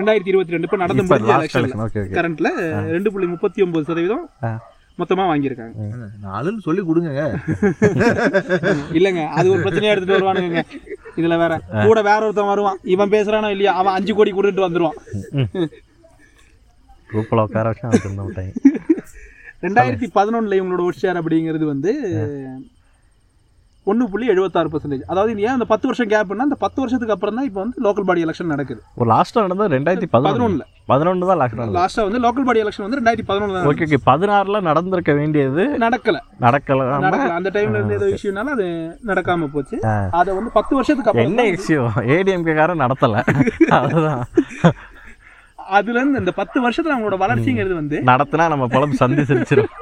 B: ரெண்டாயிரத்தி இருபத்தி ரெண்டு இப்போ நடந்து
A: இப்போ
B: முடிஞ்ச
A: லாஸ்ட்
B: எலெக்ஷன்ல
A: எலெக்ஷன் ஓகே ஓகே
B: கரண்ட்ல ரெண்டு புள்ளி முப்பத்தி ஒன்பது சதவீதம்
A: ஆ.
B: மொத்தமா வாங்கியிருக்காங்க
C: நாலுன்னு சொல்லி கொடுங்க
B: இல்லைங்க அது ஒரு பிரச்சனையா எடுத்துட்டு வருவானுங்க இதுல வேற கூட வேற ஒருத்தன் வருவான் இவன் பேசுறானோ இல்லையா அவன் அஞ்சு கோடி கொடுத்துட்டு வந்துருவான்
A: குரூப்பில் உட்கார வச்சு அவங்க திறந்து விட்டாங்க
B: ரெண்டாயிரத்தி பதினொன்னுல இவங்களோட ஓட் ஷேர் அப்படிங்கிறது வந்து ஒன்று புள்ளி எழுபத்தாறு பர்சன்டேஜ் அதாவது இது ஏன் அந்த பத்து வருஷம் கேப்னா அந்த பத்து வருஷத்துக்கு அப்புறம் தான் இப்போ வந்து லோக்கல் பாடி எலெக்ஷன் நடக்குது
A: ஒரு லாஸ்ட்டாக நடந்தது ரெண்டாயிரத்தி பதினொன்று
B: பதினொன்றில்
A: பதினொன்று தான் லாஸ்ட் நடந்தது
B: லாஸ்ட்டாக வந்து லோக்கல் பாடி எலெக்ஷன் வந்து ரெண்டாயிரத்தி பதினொன்று
A: ஓகே ஓகே பதினாறில் நடந்திருக்க வேண்டியது
B: நடக்கல
A: நடக்கலாம்
B: நடக்கல அந்த டைம்ல இருந்து ஏதோ இஷ்யூனால அது நடக்காம போச்சு அதை வந்து பத்து வருஷத்துக்கு அப்புறம்
A: என்ன இஷ்யூ ஏடிஎம்கே காரன் நடத்தலை அதுதான்
B: அதுல இருந்து இந்த பத்து வருஷத்துல அவங்களோட வளர்ச்சிங்கிறது வந்து
A: நடத்தினா நம்ம பழம் சந்தி சிரிச்சிடும்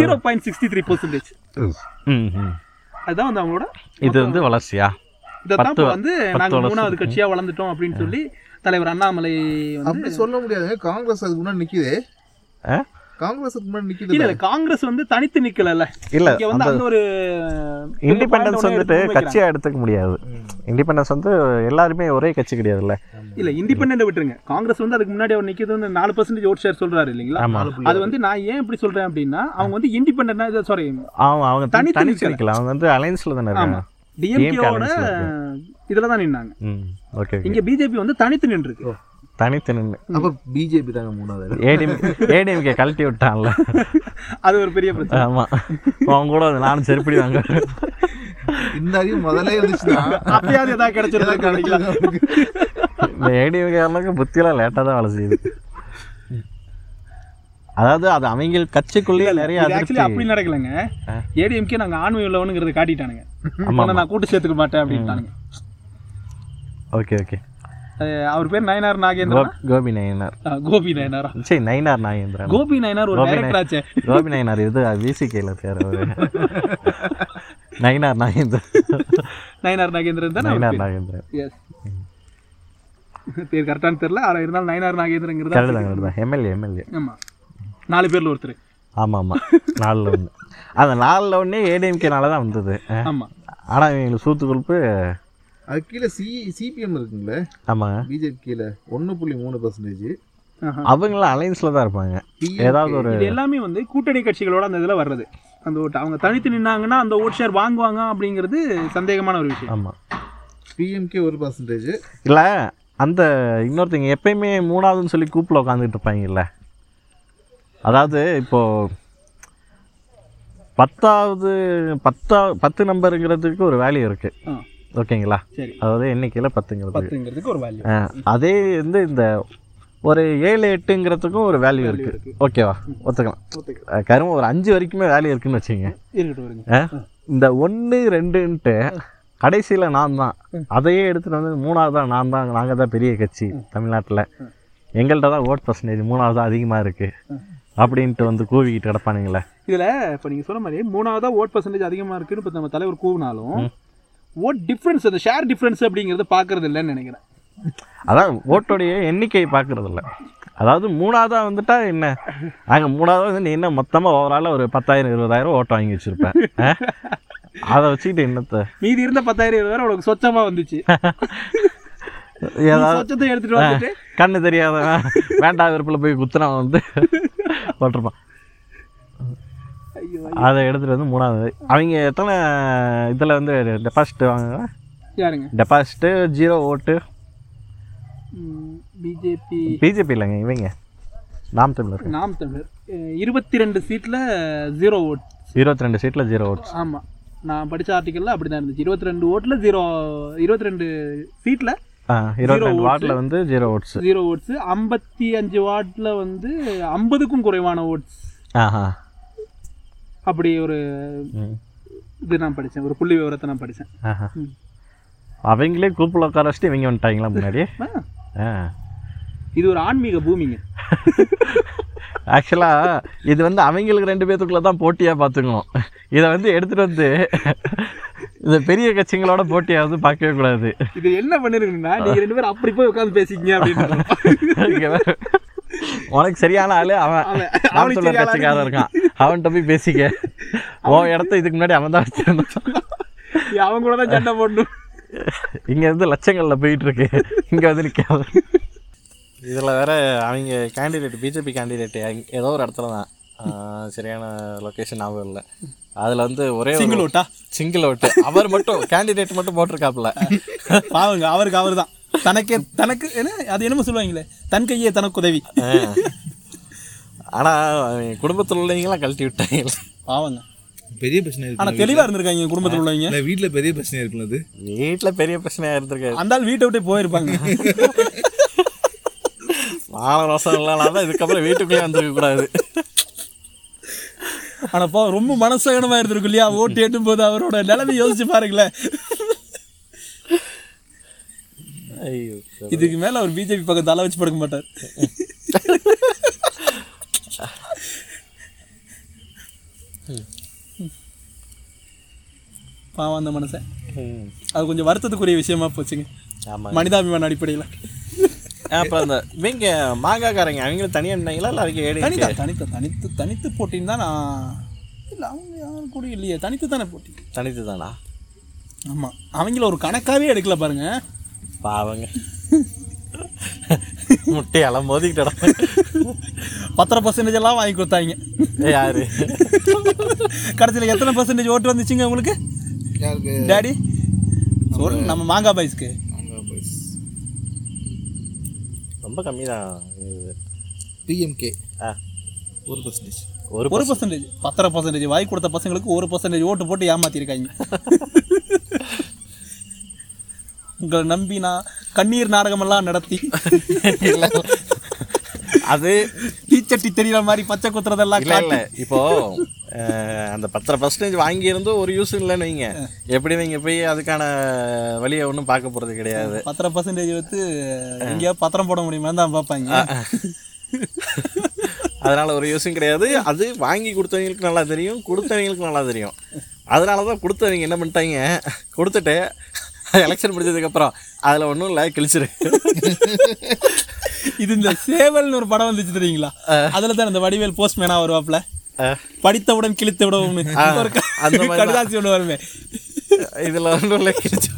B: zero point sixty three percentage
A: ம், ம்.
B: அதுதான் வந்து அவங்களோட
A: இது வந்து வளர்ச்சியா
B: இதைத்தான் இப்போ
A: பத்து-
B: வந்து
A: பத்து
B: நாங்க
A: வருஷம்.
B: மூணாவது கட்சியா வளர்ந்துட்டோம் அப்படின்னு சொல்லி தலைவர் அண்ணாமலை வந்து
C: அப்படி சொல்ல முடியாதுங்க காங்கிரஸ் அதுக்கு முன்னாடி நிக்குதே
A: ஆ?
C: காங்கிரஸுக்கு முன்னாடி
B: இல்ல
C: நிக்குது
B: இல்ல காங்கிரஸ் வந்து தனித்து நிக்கல
A: இல்ல
B: இங்க வந்து அந்த ஒரு பெரிய point
A: இண்டிபெண்டன்ஸ்
B: ஒண்ணு
A: வந்துட்டு
B: எடுத்து வைக்கிறாங்க.
A: கட்சியா எடுத்துக்க முடியாது இண்டிபெண்டன்ஸ் வந்து எல்லாருமே ஒரே கட்சி கிடையாதுல்ல
B: இல்ல இண்டிபெண்டன்ட் விட்டுருங்க காங்கிரஸ் வந்து அதுக்கு முன்னாடி அவர் நிக்கிறது வந்து நாலு பர்சன்டேஜ் ஓட் ஷேர் சொல்றாரு இல்லைங்களா
A: ஆமா
B: அது வந்து நான் ஏன் இப்படி சொல்றேன் அப்படின்னா அவங்க வந்து இண்டிபெண்டன்ட் சாரி
A: ஆமா அவங்க
B: தனித்து
A: தனி
B: நிக்கல.
A: நிக்கல அவங்க வந்து அலைன்ஸ்ல தானே இருக்காங்க
B: ஆமா டிஎம்கேவோட
A: alliance ல
B: இதுல தான் நின்னாங்க
A: ம் ஓகே ஓகே
B: இங்க பிஜேபி வந்து தனித்து நின்றுருக்கு
A: தனித்து
C: அப்ப பிஜேபி தாங்க மூணாவது
A: ஏடிஎம் ஏடிஎம்கே கழட்டி விட்டான்ல
B: அது ஒரு பெரிய பிரச்சனை
A: ஆமா அவங்க கூட வந்து நானும் செருப்படி வாங்க
C: இந்தாரையும் முதல்ல இருந்துச்சுன்னா
B: அப்பயாவது ஏதாவது கிடைச்சிருந்தா
C: ஏதாவது
B: கிடைக்கல
C: கிடைச்சிருக்கும் அவருக்கு.
A: இந்த ஏடிஎம்கேலாம் புத்தியெல்லாம் லேட்டாக தான் வேலை செய்யுது அதாவது அது அவங்க கட்சிக்குள்ளேயே நிறைய
B: ஆக்சுவலி
A: அதிருப்தி
B: அப்படி நடக்கலங்க ஏடிஎம்கே நாங்க ஆண்மை உள்ளவனுங்கிறத காட்டிட்டானுங்க
A: ஆமா
B: ஆனா நான் கூட்டு சேர்த்துக்க மாட்டேன் அப்படின்ட்டானுங்க
A: ஓகே ஓகே
B: அஹ் அவர் பேர் நயனார் நாகேந்திரன்
A: கோ- கோபி நயனார்
B: கோபி நயனாரா
A: சரி நயினார் நாகேந்திரன்
B: கோபி நயனார் ஒரு டைரக்டர் ஆச்சே
A: கோபி நயனார் இது விசிகேல இருக்காரு அவரு நயினார் நாகேந்திரன்
B: நயனார் நாகேந்திரன் தானே
A: நயினார் நாகேந்திரன்
B: எஸ் பேர் கரெக்டானு தெரியல ஆனா இருந்தாலும் நயனார் நாகேந்திரங்கிறது
A: கருதாங்க கருதான் எம்எல்ஏ எம்எல்ஏ
B: ஆமா நாலு பேர்ல ஒருத்தர்
A: ஆமா ஆமா நாலில் ஒன்று அந்த நாலில் ஒன்றே ஏடிஎம்கேனால தான் வந்தது
B: ஆமா
A: ஆனா இவங்களுக்கு சூத்து கொழுப்பு
C: அது கீழே சி சிபிஎம் இருக்குங்களே
A: ஆமாங்க
C: பிஜேபி கீழே ஒன்று புள்ளி மூணு பர்சன்டேஜ்
E: ஆஹா.
A: அவங்களாம் அலைன்ஸில் தான் இருப்பாங்க ஏதாவது ஒரு
E: இது எல்லாமே வந்து கூட்டணி கட்சிகளோட அந்த இதுல வர்றது அந்த ஓட்டு அவங்க தனித்து நின்னாங்கன்னா அந்த ஓட் ஷேர் வாங்குவாங்க அப்படிங்கிறது சந்தேகமான ஒரு விஷயம்
A: ஆமாம்
C: பிஎம்கே ஒரு பர்சன்டேஜ்
A: இல்லை அந்த இன்னொருத்தங்க எப்பயுமே மூணாவதுன்னு சொல்லி கூப்பில் உட்காந்துட்டு இருப்பாங்கல்ல அதாவது இப்போ பத்தாவது பத்தா பத்து நம்பருங்கிறதுக்கு ஒரு வேல்யூ இருக்கு
E: ஆ.
A: ஓகேங்களா
E: சரி
A: அதாவது எண்ணிக்கையில் பத்துங்கிறது
E: பத்துங்கிறதுக்கு ஒரு வேல்யூ
A: அதே வந்து இந்த ஒரு ஏழு எட்டுங்கிறதுக்கும் ஒரு வேல்யூ இருக்கு
E: இருக்கு
A: ஓகேவா ஒத்துக்கலாம் அஹ் கரும ஒரு அஞ்சு வரைக்குமே வேல்யூ இருக்குன்னு வச்சுக்கோங்க
E: இருக்கட்டும் இருங்க
A: ஆ? இந்த ஒன்று ரெண்டுன்ட்டு கடைசியில் நான் தான் அதையே எடுத்துகிட்டு வந்து மூணாவது தான் நான் தான் நாங்கள் தான் பெரிய கட்சி தமிழ்நாட்டில் எங்கள்கிட்ட தான் ஓட் பர்சன்டேஜ் மூணாவது தான் அதிகமாக இருக்குது அப்படின்ட்டு வந்து கூவிக்கிட்டு கிடப்பானுங்களே
E: இதுல இப்ப நீங்க சொன்ன மாதிரி மூணாவதா ஓட் பர்சன்டேஜ் அதிகமா இருக்குன்னு இப்ப நம்ம தலைவர் கூவினாலும் ஓட் டிஃபரன்ஸ் அந்த ஷேர் டிஃபரன்ஸ் அப்படிங்கறத பாக்குறது இல்லைன்னு நினைக்கிறேன்
A: அதான் ஓட்டோடைய எண்ணிக்கை பார்க்கறது இல்ல அதாவது மூணாவதாக வந்துட்டா என்ன நாங்கள் மூணாவதாக வந்து நீ என்ன மொத்தமாக ஓவராலாக ஒரு பத்தாயிரம் இருபதாயிரம் ஓட்டை வாங்கி வச்சுருப்பேன் அதை வச்சுக்கிட்டு என்னத்தை
E: மீதி இருந்த பத்தாயிரம் இருபது ரூபா உனக்கு சொச்சமா வந்துச்சு நீ
A: ஏதாவது
E: சொச்சத்தை எடுத்துட்டு வந்துட்டு
A: கண்ணு தெரியாதவன் வேண்டாம் வெறுப்பில் போய் குத்துனவன் வந்து போட்டிருப்பான்
E: ஐயோ
A: அதை எடுத்துகிட்டு வந்து மூணாவது அவங்க எத்தனை இதில் வந்து டெபாசிட் வாங்குவாங்க
E: யாருங்க
A: deposit zero vote
E: BJP
A: BJP இல்லைங்க இவங்க நாம் தமிழர்
E: நாம் தமிழர் அஹ் இருபத்தி ரெண்டு சீட்ல ஜீரோ ஓட்
A: இருபத்தி ரெண்டு சீட்டில் ஜீரோ ஓட்ஸ்
E: ஆமா நான் படிச்ச ஆர்டிக்கல்ல அப்படிதான் இருந்துச்சு இருபத்தி ரெண்டு ஓட்ல ஜீரோ இருபத்தி ரெண்டு சீட்ல
A: இருபத்தி
E: Zero
A: ரெண்டு
E: votes.
A: வார்டில் வந்து ஜீரோ ஓட்ஸ்
E: ஜீரோ ஓட்ஸ் ஐம்பத்தி அஞ்சு வாட்ல வந்து ஐம்பதுக்கும் குறைவான ஓட்ஸ்
A: ஆஹா
E: அப்படி ஒரு
A: ம்.
E: இது நான் படிச்சேன் ஒரு புள்ளி விவரத்தை நான் படிச்சேன்
A: ஆஹா
E: ம்.
A: அவங்களே கூப்பில் உட்கார வச்சுட்டு இவங்க வந்துட்டாங்களா முன்னாடி
E: ஆ,
A: ஆ
E: இது ஒரு ஆன்மீக பூமிங்க
A: ஆக்சுவலாக இது வந்து அவங்களுக்கு ரெண்டு பேத்துக்குள்ள தான் போட்டியாக பார்த்துக்கணும் இதை வந்து எடுத்துகிட்டு வந்து இந்த பெரிய கட்சிங்களோட போட்டியாக வந்து பார்க்கவே கூடாது
E: இது என்ன பண்ணிருக்குன்னா நீங்க ரெண்டு பேரும் அப்படி போய் உட்கார்ந்து பேசிக்கிங்க அப்படின்னு
A: ஓகேவா? உனக்கு சரியான ஆளு அவன்
E: அவன்.
A: அவன்
E: அவனுக்கு
A: சொல்ல
E: சரியான ஆளு.
A: கட்சிக்காரன் இருக்கான் அவன்கிட்ட போய் பேசிக்க உன் இடத்த இதுக்கு முன்னாடி அவன் தான் வச்சிருந்தான்
E: அவங்க கூட தான் சண்டை போடணும்
A: இங்க இருந்து லட்சங்கள்ல போயிட்டு இருக்கு இங்க வந்து நிக்காத இதுல வேற அவங்க கேண்டிடேட் பிஜேபி கேண்டிடேட் ஏதோ ஒரு இடத்துல தான் ஆஹ் சரியான லொகேஷன் ஞாபகம் இல்லை அதுல வந்து ஒரே சிங்கிள் ஓட்டா சிங்கிள் ஓட்டு அவர் மட்டும் கேண்டிடேட் மட்டும் போட்டிருக்காப்புல
B: பாவங்க அவருக்கு அவர் தான் தனக்கே தனக்கு என்ன அது என்னமோ சொல்லுவாங்களே தன் கையே தனக்கு உதவி
A: ஆஹ். ஆனா அவங்க குடும்பத்தில் உள்ளவங்களாம் கழட்டி விட்டாங்க
B: பாவங்க
C: பெரிய பிரச்சனை இருக்கு
B: ஆனா தெளிவா இருந்திருக்காங்க என் குடும்பத்துல உள்ளவங்க
C: இல்ல வீட்ல பெரிய பிரச்சனை இருக்குல்ல அது
A: வீட்டுல பெரிய பிரச்சனையா இருந்திருக்காரு
B: அந்த ஆள் வீட்டை விட்டே போயிருப்பாங்க
A: மால ரோசம் இல்லைனா தான் இதுக்கப்புறம் வீட்டுக்குள்ளே வந்திருக்க கூடாது
B: ஆனா பா ரொம்ப மனசகனமா இருந்திருக்கும் இல்லையா ஓட்டு எட்டும் போது அவரோட நிலைமை யோசிச்சு பாருங்களேன்
A: ஐயோ
B: இதுக்கு மேல அவர் பிஜேபி பக்கம் தலை வச்சு படுக்க மாட்டார் பாவம் அந்த மனுஷன்
A: ம்.
B: அது கொஞ்சம் வருத்தத்துக்குரிய விஷயமா போச்சுங்க
A: ஆமா
B: மனிதாபிமான அடிப்படையில்
A: அப்போ அந்த இவங்க மாங்காக்காரங்க அவங்களும் தனியாக இருந்தாங்களா இல்லை அவங்க ஏடி
B: தனித்தா தனித்து தனித்து தனித்து போட்டின்னு தான் நான் இல்லை அவங்க யாரும் கூட இல்லையே தனித்து தானே போட்டி
A: தனித்து தானா
B: ஆமாம் அவங்கள ஒரு கணக்காகவே எடுக்கல பாருங்க
A: பாவங்க முட்டையெல்லாம் மோதிக்கிட்டடா
B: பத்தரை பர்சன்டேஜ் எல்லாம் வாங்கி கொடுத்தாங்க
A: யாரு
B: கடைசியில் எத்தனை பர்சன்டேஜ் ஓட்டு வந்துச்சுங்க உங்களுக்கு
C: யாருக்கு
B: டேடி சொல்லுங்க நம்ம மாங்காய் பாய்ஸ்க்கு
A: ரொம்ப கம்மி தான்
C: பிஎம்கே
A: ஆ
C: ஒரு பர்சன்டேஜ்
A: ஒரு
B: ஒரு பர்சன்டேஜ் பத்தரை பர்சன்டேஜ் வாங்கி கொடுத்த பசங்களுக்கு ஒரு பர்சன்டேஜ் ஓட்டு போட்டு ஏமாத்திருக்காங்க உங்களை நம்பி நான் கண்ணீர் நாடகமெல்லாம் நடத்தி
A: இல்ல. அது
B: தீச்சட்டி தெரியற மாதிரி பச்சை குத்துறதெல்லாம்
A: இல்லை இல்லை இப்போ அஹ், அந்த பத்தரை பர்சன்டேஜ் வாங்கியிருந்தும் ஒரு யூஸ் இல்லைன்னு வைங்க எப்படி நீங்க போய் அதுக்கான வழியை ஒன்றும் பார்க்க போறது கிடையாது
B: பத்தரை பர்சன்டேஜ் வந்து எங்கேயாவது பத்திரம் போட முடியுமான்னு தான் பார்ப்பாங்க
A: அதனால ஒரு யூஸும் கிடையாது அது வாங்கி கொடுத்தவங்களுக்கு நல்லா தெரியும் கொடுத்தவங்களுக்கு நல்லா தெரியும் அதனால தான் கொடுத்தவங்க என்ன பண்ணிட்டாங்க கொடுத்துட்டு எலெக்ஷன் முடிஞ்சதுக்கப்புறம் அதில் ஒன்றும் இல்லை கிழிச்சிரு
B: இது இந்த சேவல்னு ஒரு படம் வந்துச்சு தெரியுங்களா அதுல தான் இந்த வடிவேல் போஸ்ட்மேனா வருவாப்ல படித்தவுடன் கிழித்து விடவும் ஒரு க-
A: அந்த மாதிரி தான்.
B: கடிதாசி ஒன்று வருமே
A: இதில் ஒன்றும் இல்லை கிழிச்சு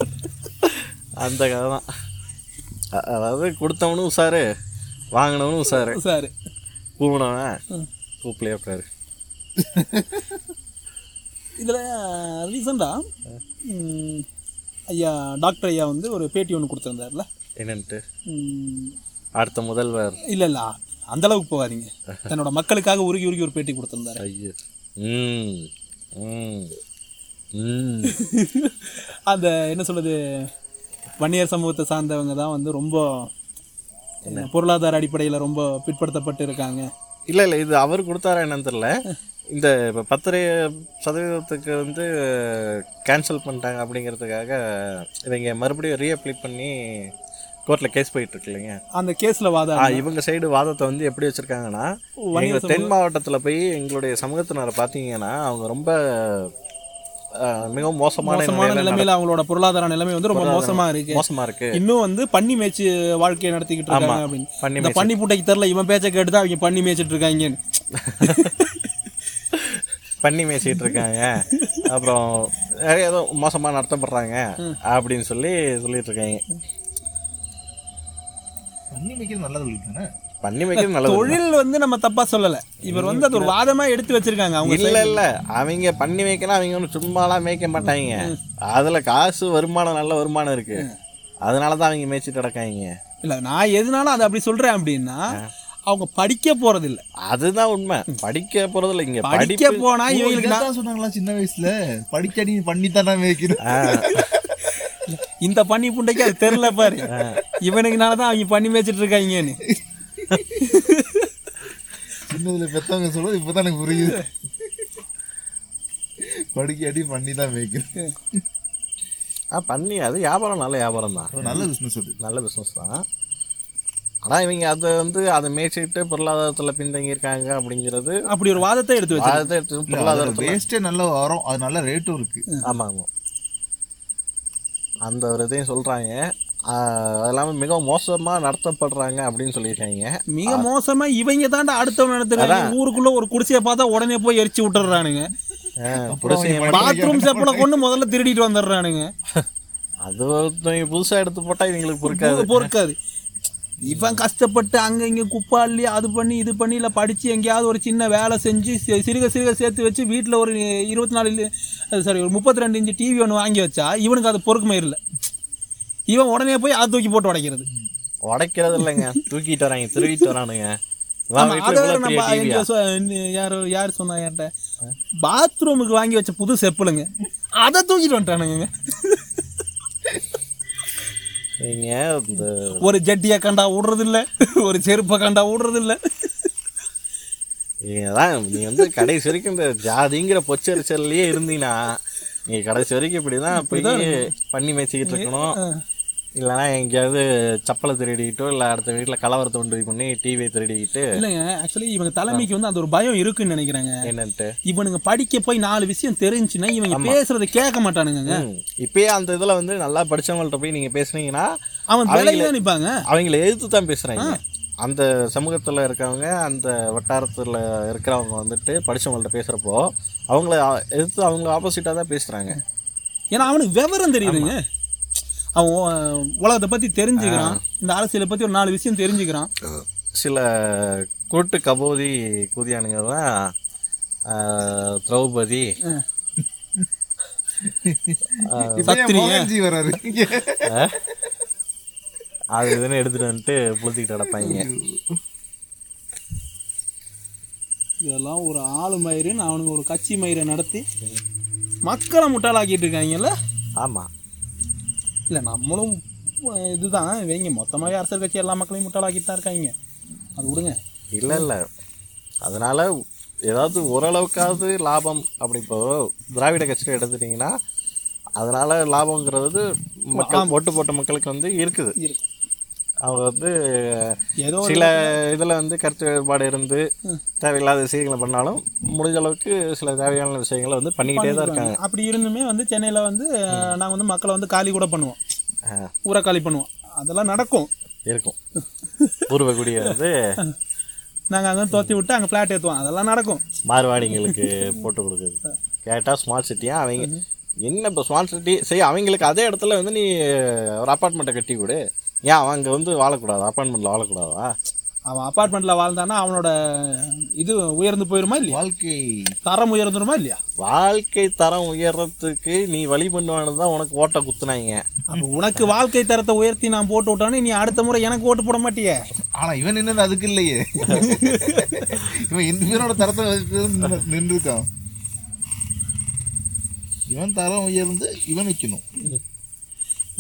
A: அந்த கதை தான் அ- அதாவது கொடுத்தவனும் உஷாரு வாங்கினவனும் உஷாரு
B: சார்
A: பூனவன் கூப்பிலே இருப்பாரு
B: இதில் ரீசெண்டாக ஐயா டாக்டர் ஐயா வந்து ஒரு பேட்டி ஒன்று கொடுத்துருந்தாருல
A: என்னன்ட்டு அடுத்த முதல்வர்
B: இல்லை இல்லை அந்த அளவுக்கு போகாதீங்க தன்னோட மக்களுக்காக உருகி உருகி ஒரு பேட்டி கொடுத்துருந்தாரு
A: ஐயோ ம் ம் ம்
B: அந்த என்ன சொல்றது வன்னியர் சமூகத்தை சார்ந்தவங்க தான் வந்து ரொம்ப பொருளாதார அடிப்படையில் ரொம்ப பிற்படுத்தப்பட்டு இருக்காங்க
A: இல்லை இல்லை இது அவர் கொடுத்தாரா என்னன்னு தெரில இந்த இப்போ பத்தரை சதவீதத்துக்கு வந்து கேன்சல் பண்ணிட்டாங்க அப்படிங்கிறதுக்காக இவங்க மறுபடியும் ரீஅப்ளை பண்ணி கோர்ட்டில் கேஸ் போயிட்டுருக்கு இல்லைங்க
B: அந்த கேஸில் வாதம்
A: ஆ, இவங்க சைடு வாதத்தை வந்து எப்படி வச்சுருக்காங்கன்னா எங்க தென் மாவட்டத்தில் போய் எங்களுடைய சமூகத்தினரை பார்த்தீங்கன்னா அவங்க ரொம்ப ஆ, மிகவும் மோசமான
B: மோசமான
A: நிலையில
B: நிலைமையில அவங்களோட பொருளாதார நிலைமை வந்து ரொம்ப மோசமா இருக்கு
A: நட- மோசமா இருக்கு
B: இன்னும் வந்து பன்னி மேய்ச்சி வாழ்க்கையை நடத்திக்கிட்டு இருக்காங்க அப்படின்னு
A: பண்ணி
B: இந்த பன்னி பூட்டைக்கு தெரில இவன் பேச்சை கேட்டு தான் அவங்க பன்னி மேய்ச்சிட்டு இருக்காங்கன்னு
A: பண்ணி மேய்ச்சிட்டு இருக்காங்க அப்புறம் வேற ஏதோ மோசமா நடத்தப்படுறாங்க அப்படின்னு சொல்லி சொல்லிட்டு இருக்காங்க
C: பண்ணி வைக்கிறது நல்லது உங்களுக்கு தானே
A: பண்ணி வைக்கிறது நல்லது
B: தொழில் வந்து நம்ம தப்பா சொல்லல இவர் வந்து அது ஒரு வாதமா எடுத்து வச்சிருக்காங்க அவங்க
A: இல்ல இல்ல அவங்க பண்ணி வைக்கலாம் அவங்க ஒன்றும் சும்மாலாம் மேய்க்க மாட்டாங்க அதுல காசு வருமானம் நல்ல வருமானம் இருக்கு அதனால தான் அவங்க மேய்ச்சிட்டு நடக்காங்க
B: இல்ல நான் எதுனாலும் அதை அப்படி சொல்றேன் அப்படின்னா அவங்க படிக்க போறது இல்ல
A: அதுதான் உண்மை படிக்க போறதுல இங்க
B: படிக்க
A: படிப்பு
B: போனா இவங்களுக்கு நான்
C: இதான் சொன்னாங்களா சின்ன வயசுல படிக்கடி பண்ணி தானே வைக்கிறேன்
B: இந்த பன்னி புண்டைக்கு அது தெரில பாரு இவனுக்குனால தான் அவங்க பண்ணி மேய்ச்சிட்டு இருக்காங்கன்னு
C: சின்னதுல பெத்தவங்க சொல்றது இப்பதான் எனக்கு புரியுது படிக்கடி பண்ணி தான் வைக்கிறேன்
A: ஆ, பண்ணி அது வியாபாரம் நல்ல வியாபாரம் தான்
C: நல்ல பிசினஸ் அது
A: நல்ல பிஸ்னஸ் தான் ஆனா இவங்க அதை வந்து அதை மேய்ச்சிட்டு பொருளாதாரத்துல பின்தங்கி இருக்காங்க அப்படிங்கிறது
B: அப்படி ஒரு வாதத்தை எடுத்து வச்சு
A: அதை எடுத்து பொருளாதாரத்துல
C: வேஸ்டே நல்ல வரும் அது நல்ல ரேட்டும் இருக்கு
A: ஆமாம் ஆமாம் அந்த ஒரு இதையும் சொல்கிறாங்க அது இல்லாமல் மிகவும் மோசமாக நடத்தப்படுறாங்க அப்படின்னு சொல்லியிருக்காங்க
B: மிக மோசமா இவங்க தாண்டா அடுத்தவன் நடத்துறாங்க ஊருக்குள்ள ஒரு குடிசையை பார்த்தா உடனே போய் எரிச்சு விட்டுறானுங்க
A: புரட்சி
B: பாத்ரூம் செப்பலை கொண்டு முதல்ல திருடிட்டு வந்துடுறானுங்க
A: அது ஒருத்தவங்க புதுசாக எடுத்து போட்டால் இவங்களுக்கு பொறுக்காது
B: பொறுக்காது இவன் கஷ்டப்பட்டு அங்க இங்க குப்பாளி அது பண்ணி இது பண்ணி இல்ல படிச்சு எங்கேயாவது ஒரு சின்ன வேலை செஞ்சு சி- சிறுக சிறுக சேர்த்து வச்சு வீட்டுல ஒரு இருபத்தி நாலு சாரி ஒரு முப்பத்தி ரெண்டு இன்ச்சு டிவி ஒன்று வாங்கி வச்சா இவனுக்கு அது பொறுக்குமே இல்லை இவன் உடனே போய் அதை தூக்கி போட்டு உடைக்கிறது
A: உடைக்கிறது இல்லைங்க தூக்கிட்டு வராங்க திருவிட்டு வரானுங்க வா,
B: ஆமா,
A: வீட்டுல
B: அதை வேற
A: இவ்வளவு பெரிய
B: நம்ம
A: TV யா?
B: இங்க சொ- யாரோ யார் சொன்னா என்கிட்ட பாத்ரூமுக்கு வாங்கி வச்ச புது செப்பலுங்க அதை தூக்கிட்டு வந்துட்டானுங்க
A: நீங்க இந்த
B: ஒரு ஜட்டியை கண்டா விடுறது இல்ல ஒரு செருப்பை கண்டா விடுறது இல்ல
A: நீங்க தான் நீ வந்து கடைசி வரைக்கும் இந்த ஜாதிங்கிற பொச்சரிச்சல்லையே இருந்தீங்கன்னா நீங்க கடைசி வரைக்கும் இப்படிதான் போய் பண்ணி மேய்ச்சிக்கிட்டு இருக்கணும் இல்லைன்னா எங்கேயாவது சப்பலை திருடிக்கிட்டோ இல்லை அடுத்த வீட்டில் கலவரத்தை உண்டு பண்ணி டிவியை திருடிக்கிட்டு
B: இல்லைங்க ஆக்சுவலி இவங்க தலைமைக்கு வந்து அந்த ஒரு பயம் இருக்குன்னு நினைக்கிறாங்க
A: என்னன்ட்டு
B: இவனுங்க படிக்க போய் நாலு விஷயம் தெரிஞ்சுன்னா இவங்க பேசுறதை கேட்க மாட்டானுங்க
A: ம். இப்பயே அந்த இதில் வந்து நல்லா படிச்சவங்கள்ட்ட போய் நீங்கள் பேசுனீங்கன்னா
B: அவன் விலையில நிப்பாங்க
A: அவங்கள எதிர்த்து தான் பேசுகிறாங்க அந்த சமூகத்தில் இருக்கவங்க அந்த வட்டாரத்தில் இருக்கிறவங்க வந்துட்டு படிச்சவங்கள்ட்ட பேசுகிறப்போ அவங்கள அ- எதிர்த்து அவங்க ஆப்போசிட்டாக தான் பேசுகிறாங்க
B: ஏன்னா அவனுக்கு விவரம் தெரியுதுங்க அவன் உ- உலகத்தை பத்தி தெரிஞ்சுக்கிறான் இந்த அரசியலை பத்தி ஒரு நாலு விஷயம் தெரிஞ்சுக்கிறான்
A: சில கூட்டு கபோதி கூதியானுங்க தான் ஆஹ், திரௌபதி
C: இப்ப ஏன் மோகன்ஜி வராரு
A: அது இதுன்னு எடுத்துட்டு வந்துட்டு புழுத்திக்கிட்டு நடப்பாங்க
B: இதெல்லாம் ஒரு ஆளு மயிருன்னு அவனுங்க ஒரு கட்சி மயிரை நடத்தி மக்களை முட்டாளாக்கிட்டு இருக்காங்கல்ல
A: ஆமாம்
B: இல்லை நம்மளும் அஹ், இதுதான் இவங்க மொத்தமாகவே அரசியல் கட்சி எல்லா மக்களையும் முட்டாளாக்கிட்டு தான் இருக்காங்க அது விடுங்க
A: இல்ல இல்ல அதனால ஏதாவது ஓரளவுக்காவது லாபம் அப்படி இப்போ திராவிட கட்சியில் எடுத்துட்டீங்கன்னா அதனால லாபம்ங்கிறது மக்கள் ஓட்டு போட்ட மக்களுக்கு வந்து இருக்குது
B: இருக்கு.
A: அவங்க வந்து
B: ஏதோ
A: சில இதில் வந்து கருத்து வேறுபாடு இருந்து தேவையில்லாத விஷயங்களை பண்ணாலும் முடிஞ்ச அளவுக்கு சில தேவையான விஷயங்களை வந்து பண்ணிக்கிட்டே தான் இருக்காங்க
B: அப்படி இருந்துமே வந்து சென்னையில் வந்து நாங்கள் வந்து மக்களை வந்து காலி கூட பண்ணுவோம் ஊரை காலி பண்ணுவோம் அதெல்லாம் நடக்கும்
A: இருக்கும் பூர்வகுடியை வந்து
B: நாங்கள் அங்கே தோத்தி விட்டு அங்கே ஃப்ளாட் ஏற்றுவோம் அதெல்லாம் நடக்கும்
A: மார்வாடிங்களுக்கு போட்டு கொடுக்குது கேட்டால் ஸ்மார்ட் சிட்டியாக அவங்க என்ன இப்போ ஸ்மார்ட் சிட்டி சரி அவங்களுக்கு அதே இடத்துல வந்து நீ ஒரு அப்பார்ட்மெண்ட்டை கட்டி கொடு ஏன் அவங்க வந்து வாழக்கூடாதா அப்பார்ட்மெண்ட்டில் வாழக்கூடாதா
B: அவன் அப்பார்ட்மெண்ட்டில் வாழ்ந்தானா அவனோட இது உயர்ந்து போயிருமா இல்லையா
E: வாழ்க்கை
B: தரம் உயர்ந்துருமா இல்லையா
E: வாழ்க்கை தரம் உயர்றதுக்கு நீ வழி பண்ணுவானு தான் உனக்கு ஓட்டை குத்துனாங்க
B: அப்போ உனக்கு வாழ்க்கை தரத்தை உயர்த்தி நான் போட்டு விட்டானே நீ அடுத்த முறை எனக்கு ஓட்டு போட மாட்டியே
C: ஆனா இவன் நின்னது அதுக்கு இல்லையே இவன் இந்த பேரோட தரத்தை நின்றுருக்கான் இவன் தரம் உயர்ந்து இவன் நிக்கணும்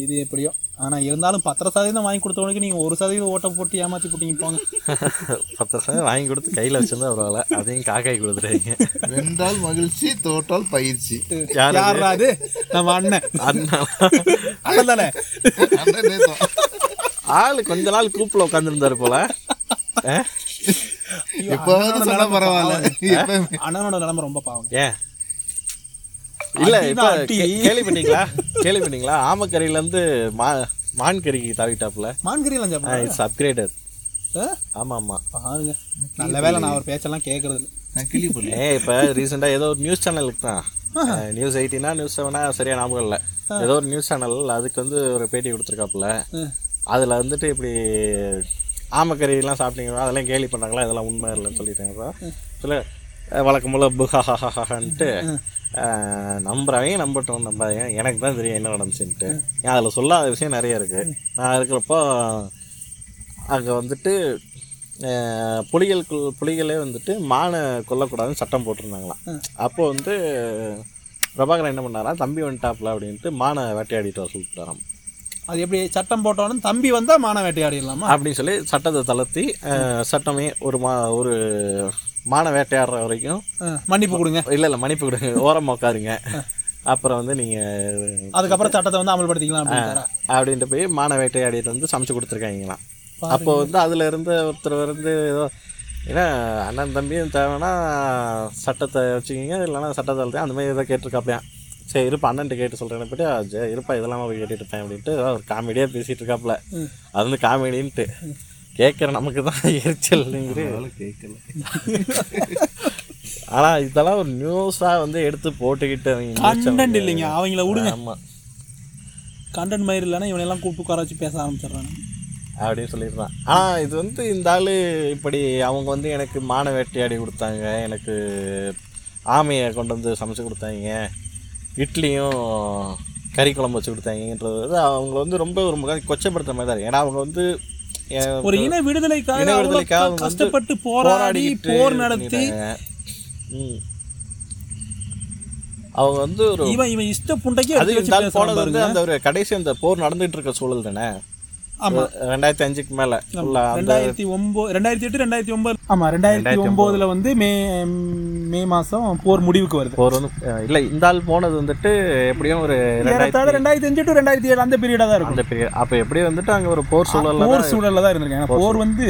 B: இது எப்படியோ ஆனால் இருந்தாலும் பத்தரை சதவீதம் வாங்கி கொடுத்தவனுக்கு நீங்கள் ஒரு சதவீதம் ஓட்டை போட்டு ஏமாற்றி போட்டீங்க போங்க
E: பத்து சதவீதம் வாங்கி கொடுத்து கையில் வச்சிருந்தா பரவாயில்ல அதையும் காக்காய் கொடுத்துட்டாங்க
C: வென்றால் மகிழ்ச்சி தோற்றால் பயிற்சி
E: யாரு அது?
B: யாரா அது நம்ம அண்ணன்
E: அண்ணா
B: அண்ணன் தானே
C: அதான் நேசம்.
E: ஆளு கொஞ்ச நாள் கூப்பில் உட்காந்துருந்தாரு போல ஆ?
C: எப்போதாவது சொன்னா பரவாயில்ல எப்பவுமே
B: அண்ணனோட நிலைமை ரொம்ப பாவம்
E: ஏன் இல்ல
B: அடி
E: இப்ப
B: தான் அடி.
E: கே- கேள்வி பண்ணீங்களா கேள்வி பண்ணீங்களா ஆமக்கறியில இருந்து மா மான் கறிக்கு தாவிட்டாப்ல
B: மான்கறியெல்லாம் சாப்பிடுறேன்
E: இட்ஸ் அப்கிரேடர் ஆமா ஆமா
B: பாருங்க நல்ல வேளை நான் அவர் பேச்செல்லாம் கேட்கறது இல்லை
C: நான் கிளிப்படல
E: ஏ இப்ப ரீசெண்டா ஏதோ ஒரு நியூஸ் சேனலுக்கு தான் நியூஸ் எயிட்டினா நியூஸ் செவனா சரியா ஞாபகம் இல்ல ஏதோ ஒரு நியூஸ் சேனல் அதுக்கு வந்து ஒரு பேட்டி கொடுத்துருக்காப்புல அதுல வந்துட்டு இப்படி ஆமக்கறி எல்லாம் சாப்பிட்டீங்களா அதெல்லாம் கேலி பண்ணாங்களா இதெல்லாம் உண்மை இல்லைன்னு சொல்லிட்டாங்க சொல்ல வழக்கம் போல புஹாஹாஹான்ட்டு நம்புறவங்க நம்பட்டும் நம்பாதீங்க எனக்கு தான் தெரியும் என்ன நடந்துச்சுன்ட்டு ஏன் அதில் சொல்லாத விஷயம் நிறைய இருக்குது நான் இருக்கிறப்போ அங்கே வந்துட்டு அஹ், புலிகள் கு- புலிகளே வந்துட்டு மானை கொல்லக்கூடாதுன்னு சட்டம் போட்டிருந்தாங்களாம் அப்போ வந்து பிரபாகரன் என்ன பண்ணாரா தம்பி வந்துட்டாப்ல அப்படின்ட்டு மானை வேட்டையாடிட்டு வர சொல்லிட்டாராம்
B: அது எப்படி சட்டம் போட்டவனும் தம்பி வந்தால் மான வேட்டையாடிடலாமா
E: அப்படின்னு சொல்லி சட்டத்தை தளர்த்தி அஹ், சட்டமே ஒரு மா ஒரு மானை வேட்டையாடுற வரைக்கும்
B: ஆ, மன்னிப்பு கொடுங்க
E: இல்லை இல்லை மன்னிப்பு கொடுங்க ஓரமாக உட்காருங்க அப்புறம் வந்து நீங்கள்
B: அதுக்கப்புறம் சட்டத்தை வந்து அமல்படுத்திக்கலாம் அப்படிங்கிறாரா?
E: அப்படின்ட்டு போய் மான வேட்டையாடிட்டு வந்து சமைச்சு கொடுத்துருக்காங்களாம் அப்போ வந்து அதில் இருந்த ஒருத்தர் வந்து ஏதோ ஏன்னா அண்ணன் தம்பியும் தேவைன்னா சட்டத்தை வச்சுக்கிங்க இல்லைன்னா சட்டத்தை எழுதி அந்த மாதிரி ஏதோ கேட்டிருக்காப்பையான் சரி இருப்பா அண்ணன்ட்டு கேட்டு சொல்கிறேன்னு போய்ட்டு "ஆ, சரி, இருப்பா இதெல்லாம் போய் கேட்டுட்டு இருப்பேன் அப்படின்ட்டு ஏதோ ஒரு காமெடியாக பேசிகிட்டு இருக்காப்புல அது வந்து காமெடின்ட்டு கேட்குற நமக்கு தான் எரிச்சல்ங்கிறது
C: கேட்கல
E: ஆனால் இதெல்லாம் ஒரு நியூஸாக வந்து எடுத்து போட்டுக்கிட்டு
B: கண்டென்ட் இல்லைங்க அவங்கள விடுங்க
E: ஆமாம்
B: கண்டென்ட் மாதிரி இல்லைன்னா இவனையெல்லாம் கூப்பிட்டு உட்கார வச்சு பேச ஆரம்பிச்சிடுறாங்க
E: அப்படின்னு சொல்லியிருந்தான் ஆனால் இது வந்து இந்த ஆள் இப்படி அவங்க வந்து எனக்கு மான வேட்டையாடி கொடுத்தாங்க எனக்கு ஆமையை கொண்டு வந்து சமைச்சு கொடுத்தாங்க இட்லியும் கறி குழம்பு வச்சு கொடுத்தாங்கன்றது வந்து அவங்கள வந்து ரொம்ப ஒரு முகம் கொச்சப்படுத்துற மாதிரி தான் இருக்கு. ஏன்னா அவங்க வந்து எ-
B: ஒரு இன விடுதலைக்காக
E: இன
B: அவ்வளவு
E: விடுதலைக்காக
B: க-
E: அவங்க வந்து
B: கஷ்டப்பட்டு போராடி
E: போராடிக்கிட்டு
B: போர் நடத்தி
E: பண்ணிட்டாங்க. ம். அவங்க வந்து ஒரு
B: இவன் இவன் இஷ்ட புண்டைக்கு
E: அது
B: எடுத்து வச்சு
E: இருந்தாலும் போனது
B: பேசுறான்
E: வந்து
B: பாருங்க
E: அந்த ஒரு கடைசி அந்த போர் நடந்துட்டு இருக்க சூழல் தானே
B: ஆமா
E: ரெண்டாயிரத்தி அஞ்சுக்கு மேல உள்ள அந்த
B: ரெண்டாயிரத்தி ஒன்பது ரெண்டாயிரத்தி எட்டு ரெண்டாயிரத்தி ஒன்பது ஆமா ரெண்டாயிரத்தி ஒன்பதுல வந்து மே மே மாசம் போர் முடிவுக்கு வருது
E: போர் வந்து அஹ், இல்ல இந்த ஆள் போனது வந்துட்டு எப்படியும் ஒரு ரெண்டாயிரத்தி
B: ஏறத்தாழ ரெண்டாயிரத்தி அஞ்சு டு ரெண்டாயிரத்தி ஏழு அந்த பீரியடா தான் இருக்கும்
E: அந்த பெரிய அப்ப எப்படியும் வந்துட்டு அங்க ஒரு போர் சூழல்ல
B: போர் சூழல்ல தான் இருந்திருக்காங்க ஏன்னா போர் வந்து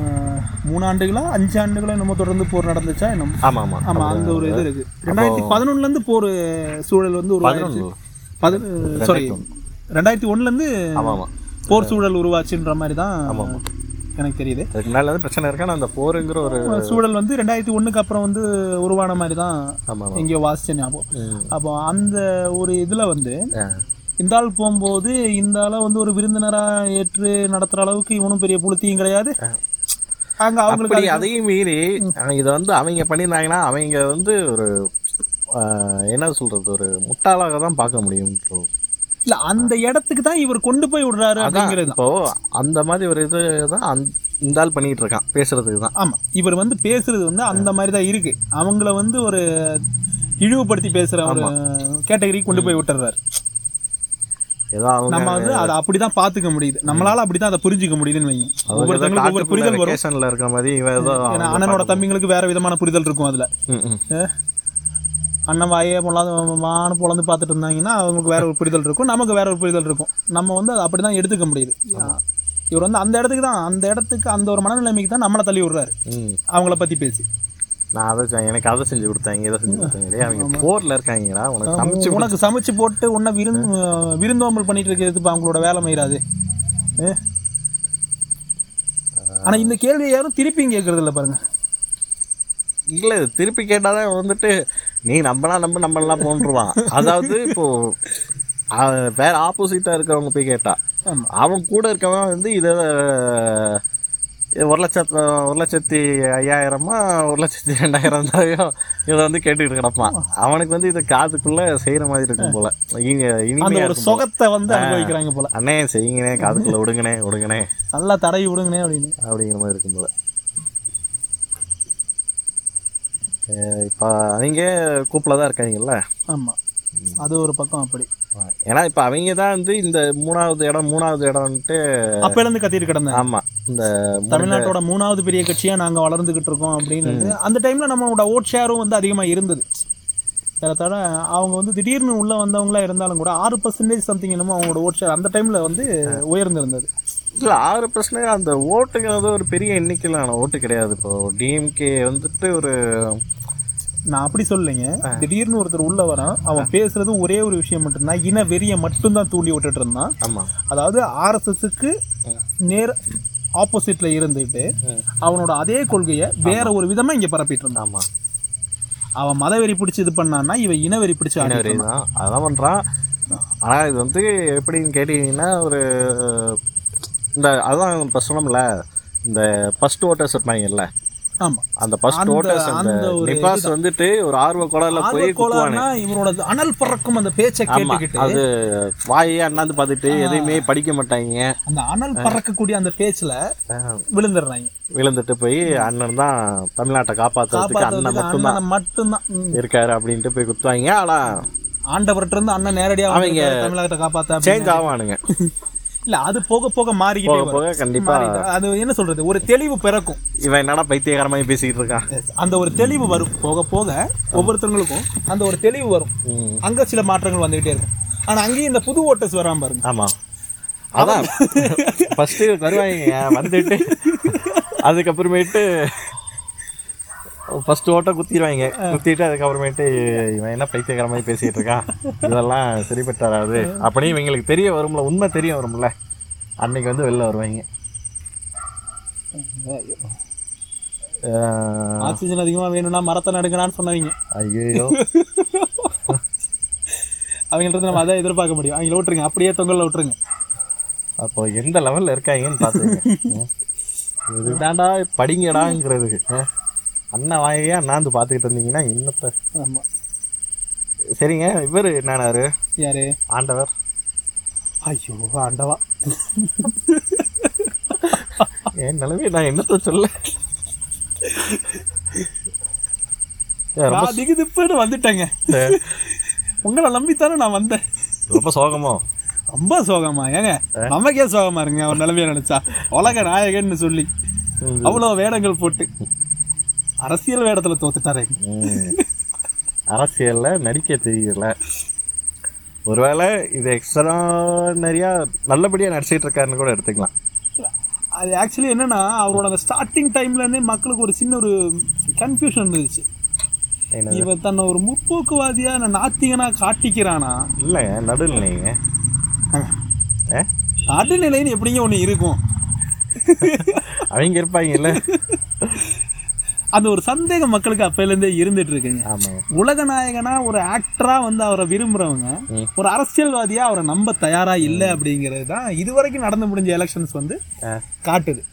B: அஹ், மூணு ஆண்டுகளா அஞ்சு ஆண்டுகளா நம்ம தொடர்ந்து போர் நடந்துச்சா என்னமோ
E: ஆமா ஆமா
B: ஆமா அந்த ஒரு இது இருக்கு ரெண்டாயிரத்தி பதினொன்னுல இருந்து போர் சூழல் வந்து உருவாயிருச்சு பதினொன்று சாரி ரெண்டாயிரத்தி ஒண்ணுல இருந்து
E: ஆமா ஆமா
B: போர் சூழல் உருவாச்சுன்ற மாதிரி தான் எனக்கு தெரியுது
E: அதுக்கு முன்னால வந்து பிரச்சனை இருக்கா அந்த போருங்கிற ஒரு
B: சூழல் வந்து ரெண்டாயிரத்தி ஒண்ணுக்கு அப்புறம் வந்து உருவான மாதிரி தான்
E: ஆமா ஆமா
B: எங்கேயோ வாசிச்ச ஞாபகம் அப்போ அந்த ஒரு இதுல வந்து
E: அஹ்,
B: இந்த ஆள் போகும்போது இந்த ஆளை வந்து ஒரு விருந்தினரா ஏற்று நடத்துற அளவுக்கு இவனும் பெரிய புளுத்தியும் கிடையாது அங்க
E: அப்படி
B: அவங்களுக்கு
E: அதையும் மீறி ஆனா, இதை வந்து அவங்க பண்ணியிருந்தாங்கன்னா அவங்க வந்து ஒரு அஹ், என்ன சொல்றது ஒரு முட்டாளாக தான் பார்க்க முடியும்
B: இல்ல அந்த இடத்துக்கு தான் இவர் கொண்டு போய் விடுறாரு
E: அதான்
B: அப்படிங்கிறது
E: இப்போ அந்த மாதிரி ஒரு இது தான் அந்த- இந்த ஆள் பண்ணிட்டு இருக்கான் பேசுறதுக்கு தான்
B: ஆமாம் இவர் வந்து பேசுறது வந்து அந்த மாதிரி தான் இருக்கு அவங்கள வந்து ஒரு இழிவுபடுத்தி பேசுற ஒரு கேட்டகரி கொண்டு போய் விட்டுறாரு
E: ஏதோ அவங்க
B: நம்ம வந்து அதை அப்படிதான் பாத்துக்க முடியுது நம்மளால அப்படிதான் அதை புரிஞ்சுக்க முடியுதுன்னு வைங்க ஒவ்வொருத்தவங்களுக்கு ஒவ்வொரு புரிதல் வரும்
E: வெக்கேஷன்ல இருக்கிற மாதிரி இவன் ஏதோ
B: ஏன்னா அண்ணனோட தம்பிங்களுக்கு வேற விதமான புரிதல் இருக்கும் அதுல
E: ம், ம்.
B: அஹ், அண்ணன் வாயே பொழந்து வான பொழந்து பார்த்துட்டு இருந்தாங்கன்னா அவங்களுக்கு வேற ஒரு புரிதல் இருக்கும் நமக்கு வேற ஒரு புரிதல் இருக்கும் நம்ம வந்து அதை அப்படிதான் எடுத்துக்க முடியுது இவர் வந்து அந்த இடத்துக்கு தான் அந்த இடத்துக்கு அந்த ஒரு மனநிலைமைக்கு தான் நம்மளை தள்ளி விடுறாரு
E: ம்.
B: அவங்கள பத்தி பேசி
E: நான் அதை செ- எனக்கு அதை செஞ்சு கொடுத்தாங்க இதை செஞ்சு கொடுத்தாங்க டேய், அவங்க போர்ல இருக்காங்கடா உனக்கு சமைச்சு கொடு-
B: உனக்கு சமைச்சு போட்டு உன்னை விருந்து விருந்தோம்பல் பண்ணிட்டு இருக்கிறது இப்ப அவங்களோட வேலை மயிராது ஏ? ஆனா இந்த கேள்வியை யாரும் திருப்பியும் கேட்கறது இல்ல பாருங்க
E: இல்ல இது திருப்பி கேட்டாதான் வந்துட்டு நீ நம்பனா நம்ப நம்மளாம் போன்றுவான் அதாவது இப்போ அவன் வேற ஆப்போசிட்டா இருக்கவங்க போய் கேட்டா
B: ஆமா.
E: அவன் கூட இருக்கவன் வந்து இதை இது ஒரு லட்சத்து ஒரு லட்சத்தி ஐயாயிரமா ஒரு லட்சத்தி ரெண்டாயிரம் தாயோ இதை வந்து கேட்டுக்கிட்டு கிடப்பான் அவனுக்கு வந்து இது காதுக்குள்ள செய்யற மாதிரி இருக்கும் போல இங்க
B: அந்த
E: இனிமையா
B: ஒரு
E: இருக்கும் போல.
B: சுகத்தை வந்து அனுபவிக்கிறாங்க போல
E: அண்ணே செய்யுங்கண்ணே காதுக்குள்ள விடுங்கண்ணே விடுங்கண்ணே
B: நல்லா தடவி விடுங்கண்ணே அப்படின்னு
E: அப்படிங்கிற மாதிரி இருக்கும் போல அஹ் இப்போ அவங்க கூப்பில் தான் இருக்காங்கல்ல
B: ஆமா அது ஒரு பக்கம் அப்படி
E: ஏன்னா இப்போ அவங்க தான் வந்து இந்த மூணாவது இடம் மூணாவது இடம்ன்ட்டு
B: அப்பல இருந்து கத்திட்டு கிடந்தேன்
E: ஆமாம் இந்த மூணு-
B: தமிழ்நாட்டோட மூணாவது பெரிய கட்சியா நாங்க வளர்ந்துகிட்டு இருக்கோம் அப்படின்னு வந்து, அந்த டைம்ல நம்மளோட ஓட் ஷேரும் வந்து அதிகமா இருந்தது ஏறத்தாழ அவங்க வந்து திடீர்னு உள்ள வந்தவங்களா இருந்தாலும் கூட ஆறு பர்சன்டேஜ் சம்திங் என்னமோ அவங்களோட ஓட் ஷேர் அந்த டைம்ல வந்து உயர்ந்திருந்தது
E: இல்ல ஆறு பிரச்சனை அந்த ஓட்டுங்கிறது ஒரு பெரிய எண்ணிக்கையிலான ஓட்டு கிடையாது இப்போ டிஎம்கே வந்துட்டு ஒரு
B: நான் அப்படி சொல்லலைங்க திடீர்னு ஒருத்தர் உள்ள வரான் அவன் பேசுறது ஒரே ஒரு விஷயம் மட்டும்தான் இன வெறியை மட்டும்தான் தூண்டி விட்டுட்டு இருந்தான்
E: ஆமா
B: அதாவது ஆர்எஸ்எஸ்க்கு நேர் ஆப்போசிட்ல இருந்துட்டு அவனோட அதே கொள்கையை வேற ஒரு விதமா இங்க பரப்பிட்டு இருந்தான்
E: ஆமா
B: அவன் மதவெறி பிடிச்சி இது பண்ணான்னா இவன் இனவெறி பிடிச்சி ஆடிட்டு இருந்தான்.
E: தான் அதான் பண்றான் ஆனா இது வந்து எப்படின்னு கேட்டீங்கன்னா ஒரு இந்த அதான் இப்போ சொன்னோம்ல இந்த ஃபர்ஸ்ட் ஓட்டர்ஸ் இருப்பாங்கல்ல
B: ஆமா
E: அந்த ஃபர்ஸ்ட்
B: அந்த-
E: ஓட்டர்ஸ் அந்த
B: அந்த ஒரு
E: நிபாஸ் வந்துட்டு ஒரு ஆர்வ குடல போய் குத்துவானு
B: ஆர்வக்கோளாறுனா இவரோட அனல் பறக்கும் அந்த பேச்சை
E: ஆமா
B: கேட்டுக்கிட்டு
E: அது வாயே அண்ணாந்து பார்த்துட்டு எதையுமே படிக்க மாட்டாங்க
B: அந்த அனல் பறக்கக்கூடிய அந்த பேச்சுல விழுந்துடுறாங்க
E: விழுந்துட்டு போய் அண்ணன் தான் தமிழ்நாட்டை காப்பாத்துறதுக்கு அண்ணன்
B: காப்பாத்துறதுக்கு
E: மட்டும்தான்
B: அண்ணனை மட்டும்தான் ம்.
E: இருக்காரு அப்படின்ட்டு போய் குத்துவாங்க ஆனா
B: ஆண்டவர்கிட்ட இருந்து அண்ணன் நேரடியா
E: அவங்க
B: வந்திருக்காரு தமிழகத்தை காப்பாத்த அப்படின்னு.
E: சேஞ்ச் ஆவானுங்க
B: இல்ல அது போக போக மாறிக்கிட்டே
E: போக
B: வரும்.
E: போக கண்டிப்பா
B: மாறிடும். அது என்ன சொல்றது ஒரு தெளிவு பிறக்கும்
E: இவன் என்னடா பைத்தியகாரமாக பேசிக்கிட்டு இருக்கான்
B: அந்த ஒரு தெளிவு வரும் போக போக ஒவ்வொருத்தவங்களுக்கும் அந்த ஒரு தெளிவு வரும்
E: ம்.
B: அங்க சில மாற்றங்கள் வந்துகிட்டே இருக்கும் ஆனா அங்கேயும் இந்த புது ஓட்டர்ஸ் வராம பாருங்க
E: ஆமா அதான் ஃபர்ஸ்ட் வருவாங்க வந்துட்டு அதுக்கப்புறமேட்டு ஃபர்ஸ்ட் ஓட்ட குத்திடுவாங்க குத்திட்டு அதுக்கப்புறமேட்டு இவன் என்ன பைத்தியகாரமாக பேசிட்டு இருக்கான் இதெல்லாம் சரிப்பட்டு வராது அப்படின்னு இவங்களுக்கு தெரிய வரும்ல உண்மை தெரிய வரும்ல அன்னைக்கு வந்து வெளில வருவாங்க அஹ்,
B: ஆக்சிஜன் அதிகமா வேணும்னா மரத்தை நடுங்கனான்னு சொன்னவங்க
E: ஐயோ
B: அவங்கள்ட்ட இருந்து நம்ம அதான் எதிர்பார்க்க முடியும் அவங்கள விட்டுருங்க அப்படியே தொங்கல்ல விட்டுருங்க
E: அப்போ எந்த லெவலில் இருக்காங்கன்னு பார்த்துங்க இதுதான்டா படிங்கடாங்கிறதுக்கு ஆ. அண்ணன் வாயையே அண்ணாந்து பார்த்துக்கிட்டு இருந்தீங்கன்னா இன்னத்தை
B: ஆமா
E: சரிங்க இவர் என்னானாரு
B: யாரு
E: ஆண்டவர்
B: ஐயோ ஆண்டவா
E: என் நிலவே நான் என்னத்தை சொல்ல ஏ, ரொம்ப
B: நான் திகுதிப்புன்னு வந்துட்டேங்க உங்களை நம்பித்தானே நான் வந்தேன்
E: ரொம்ப சோகமோ
B: ரொம்ப சோகமா ஏங்க நமக்கே சோகமா இருங்க அவர் நிலைமையை நினைச்சா உலக நாயகன்னு சொல்லி
E: ம்.
B: அவ்வளோ வேடங்கள் போட்டு அரசியல் வேடத்துல தோத்துட்டாரே
E: ம். அரசியல்ல நடிக்க தெரியல ஒருவேளை இது எக்ஸ்ட்ரானரியா நல்லபடியா நடிச்சிட்டு இருக்காருன்னு கூட எடுத்துக்கலாம்
B: அது ஆக்சுவலி என்னன்னா அவரோட அந்த ஸ்டார்டிங் டைம்லேருந்தே மக்களுக்கு ஒரு சின்ன ஒரு கன்ஃபியூஷன் இருந்துச்சு
E: என்னது?
B: இவன் தன்னை ஒரு முற்போக்குவாதியா நாத்திகனா காட்டிக்கிறானா
E: இல்லைங்க நடுவில் நீங்க ஏ
B: நடுநிலைன்னு எப்படிங்க ஒன்று இருக்கும்
E: அவங்க இருப்பாங்கல்ல
B: அந்த ஒரு சந்தேகம் மக்களுக்கு அப்பையிலேருந்தே இருந்துட்டு இருக்குங்க
E: ஆமாங்க
B: உலக நாயகனா ஒரு ஆக்டரா வந்து அவரை விரும்புறவங்க
E: ம்.
B: ஒரு அரசியல்வாதியா அவரை நம்ப தயாரா இல்லை அப்படிங்கிறது தான் இதுவரைக்கும் நடந்து முடிஞ்ச எலெக்ஷன்ஸ் வந்து
E: ஆ.
B: காட்டுது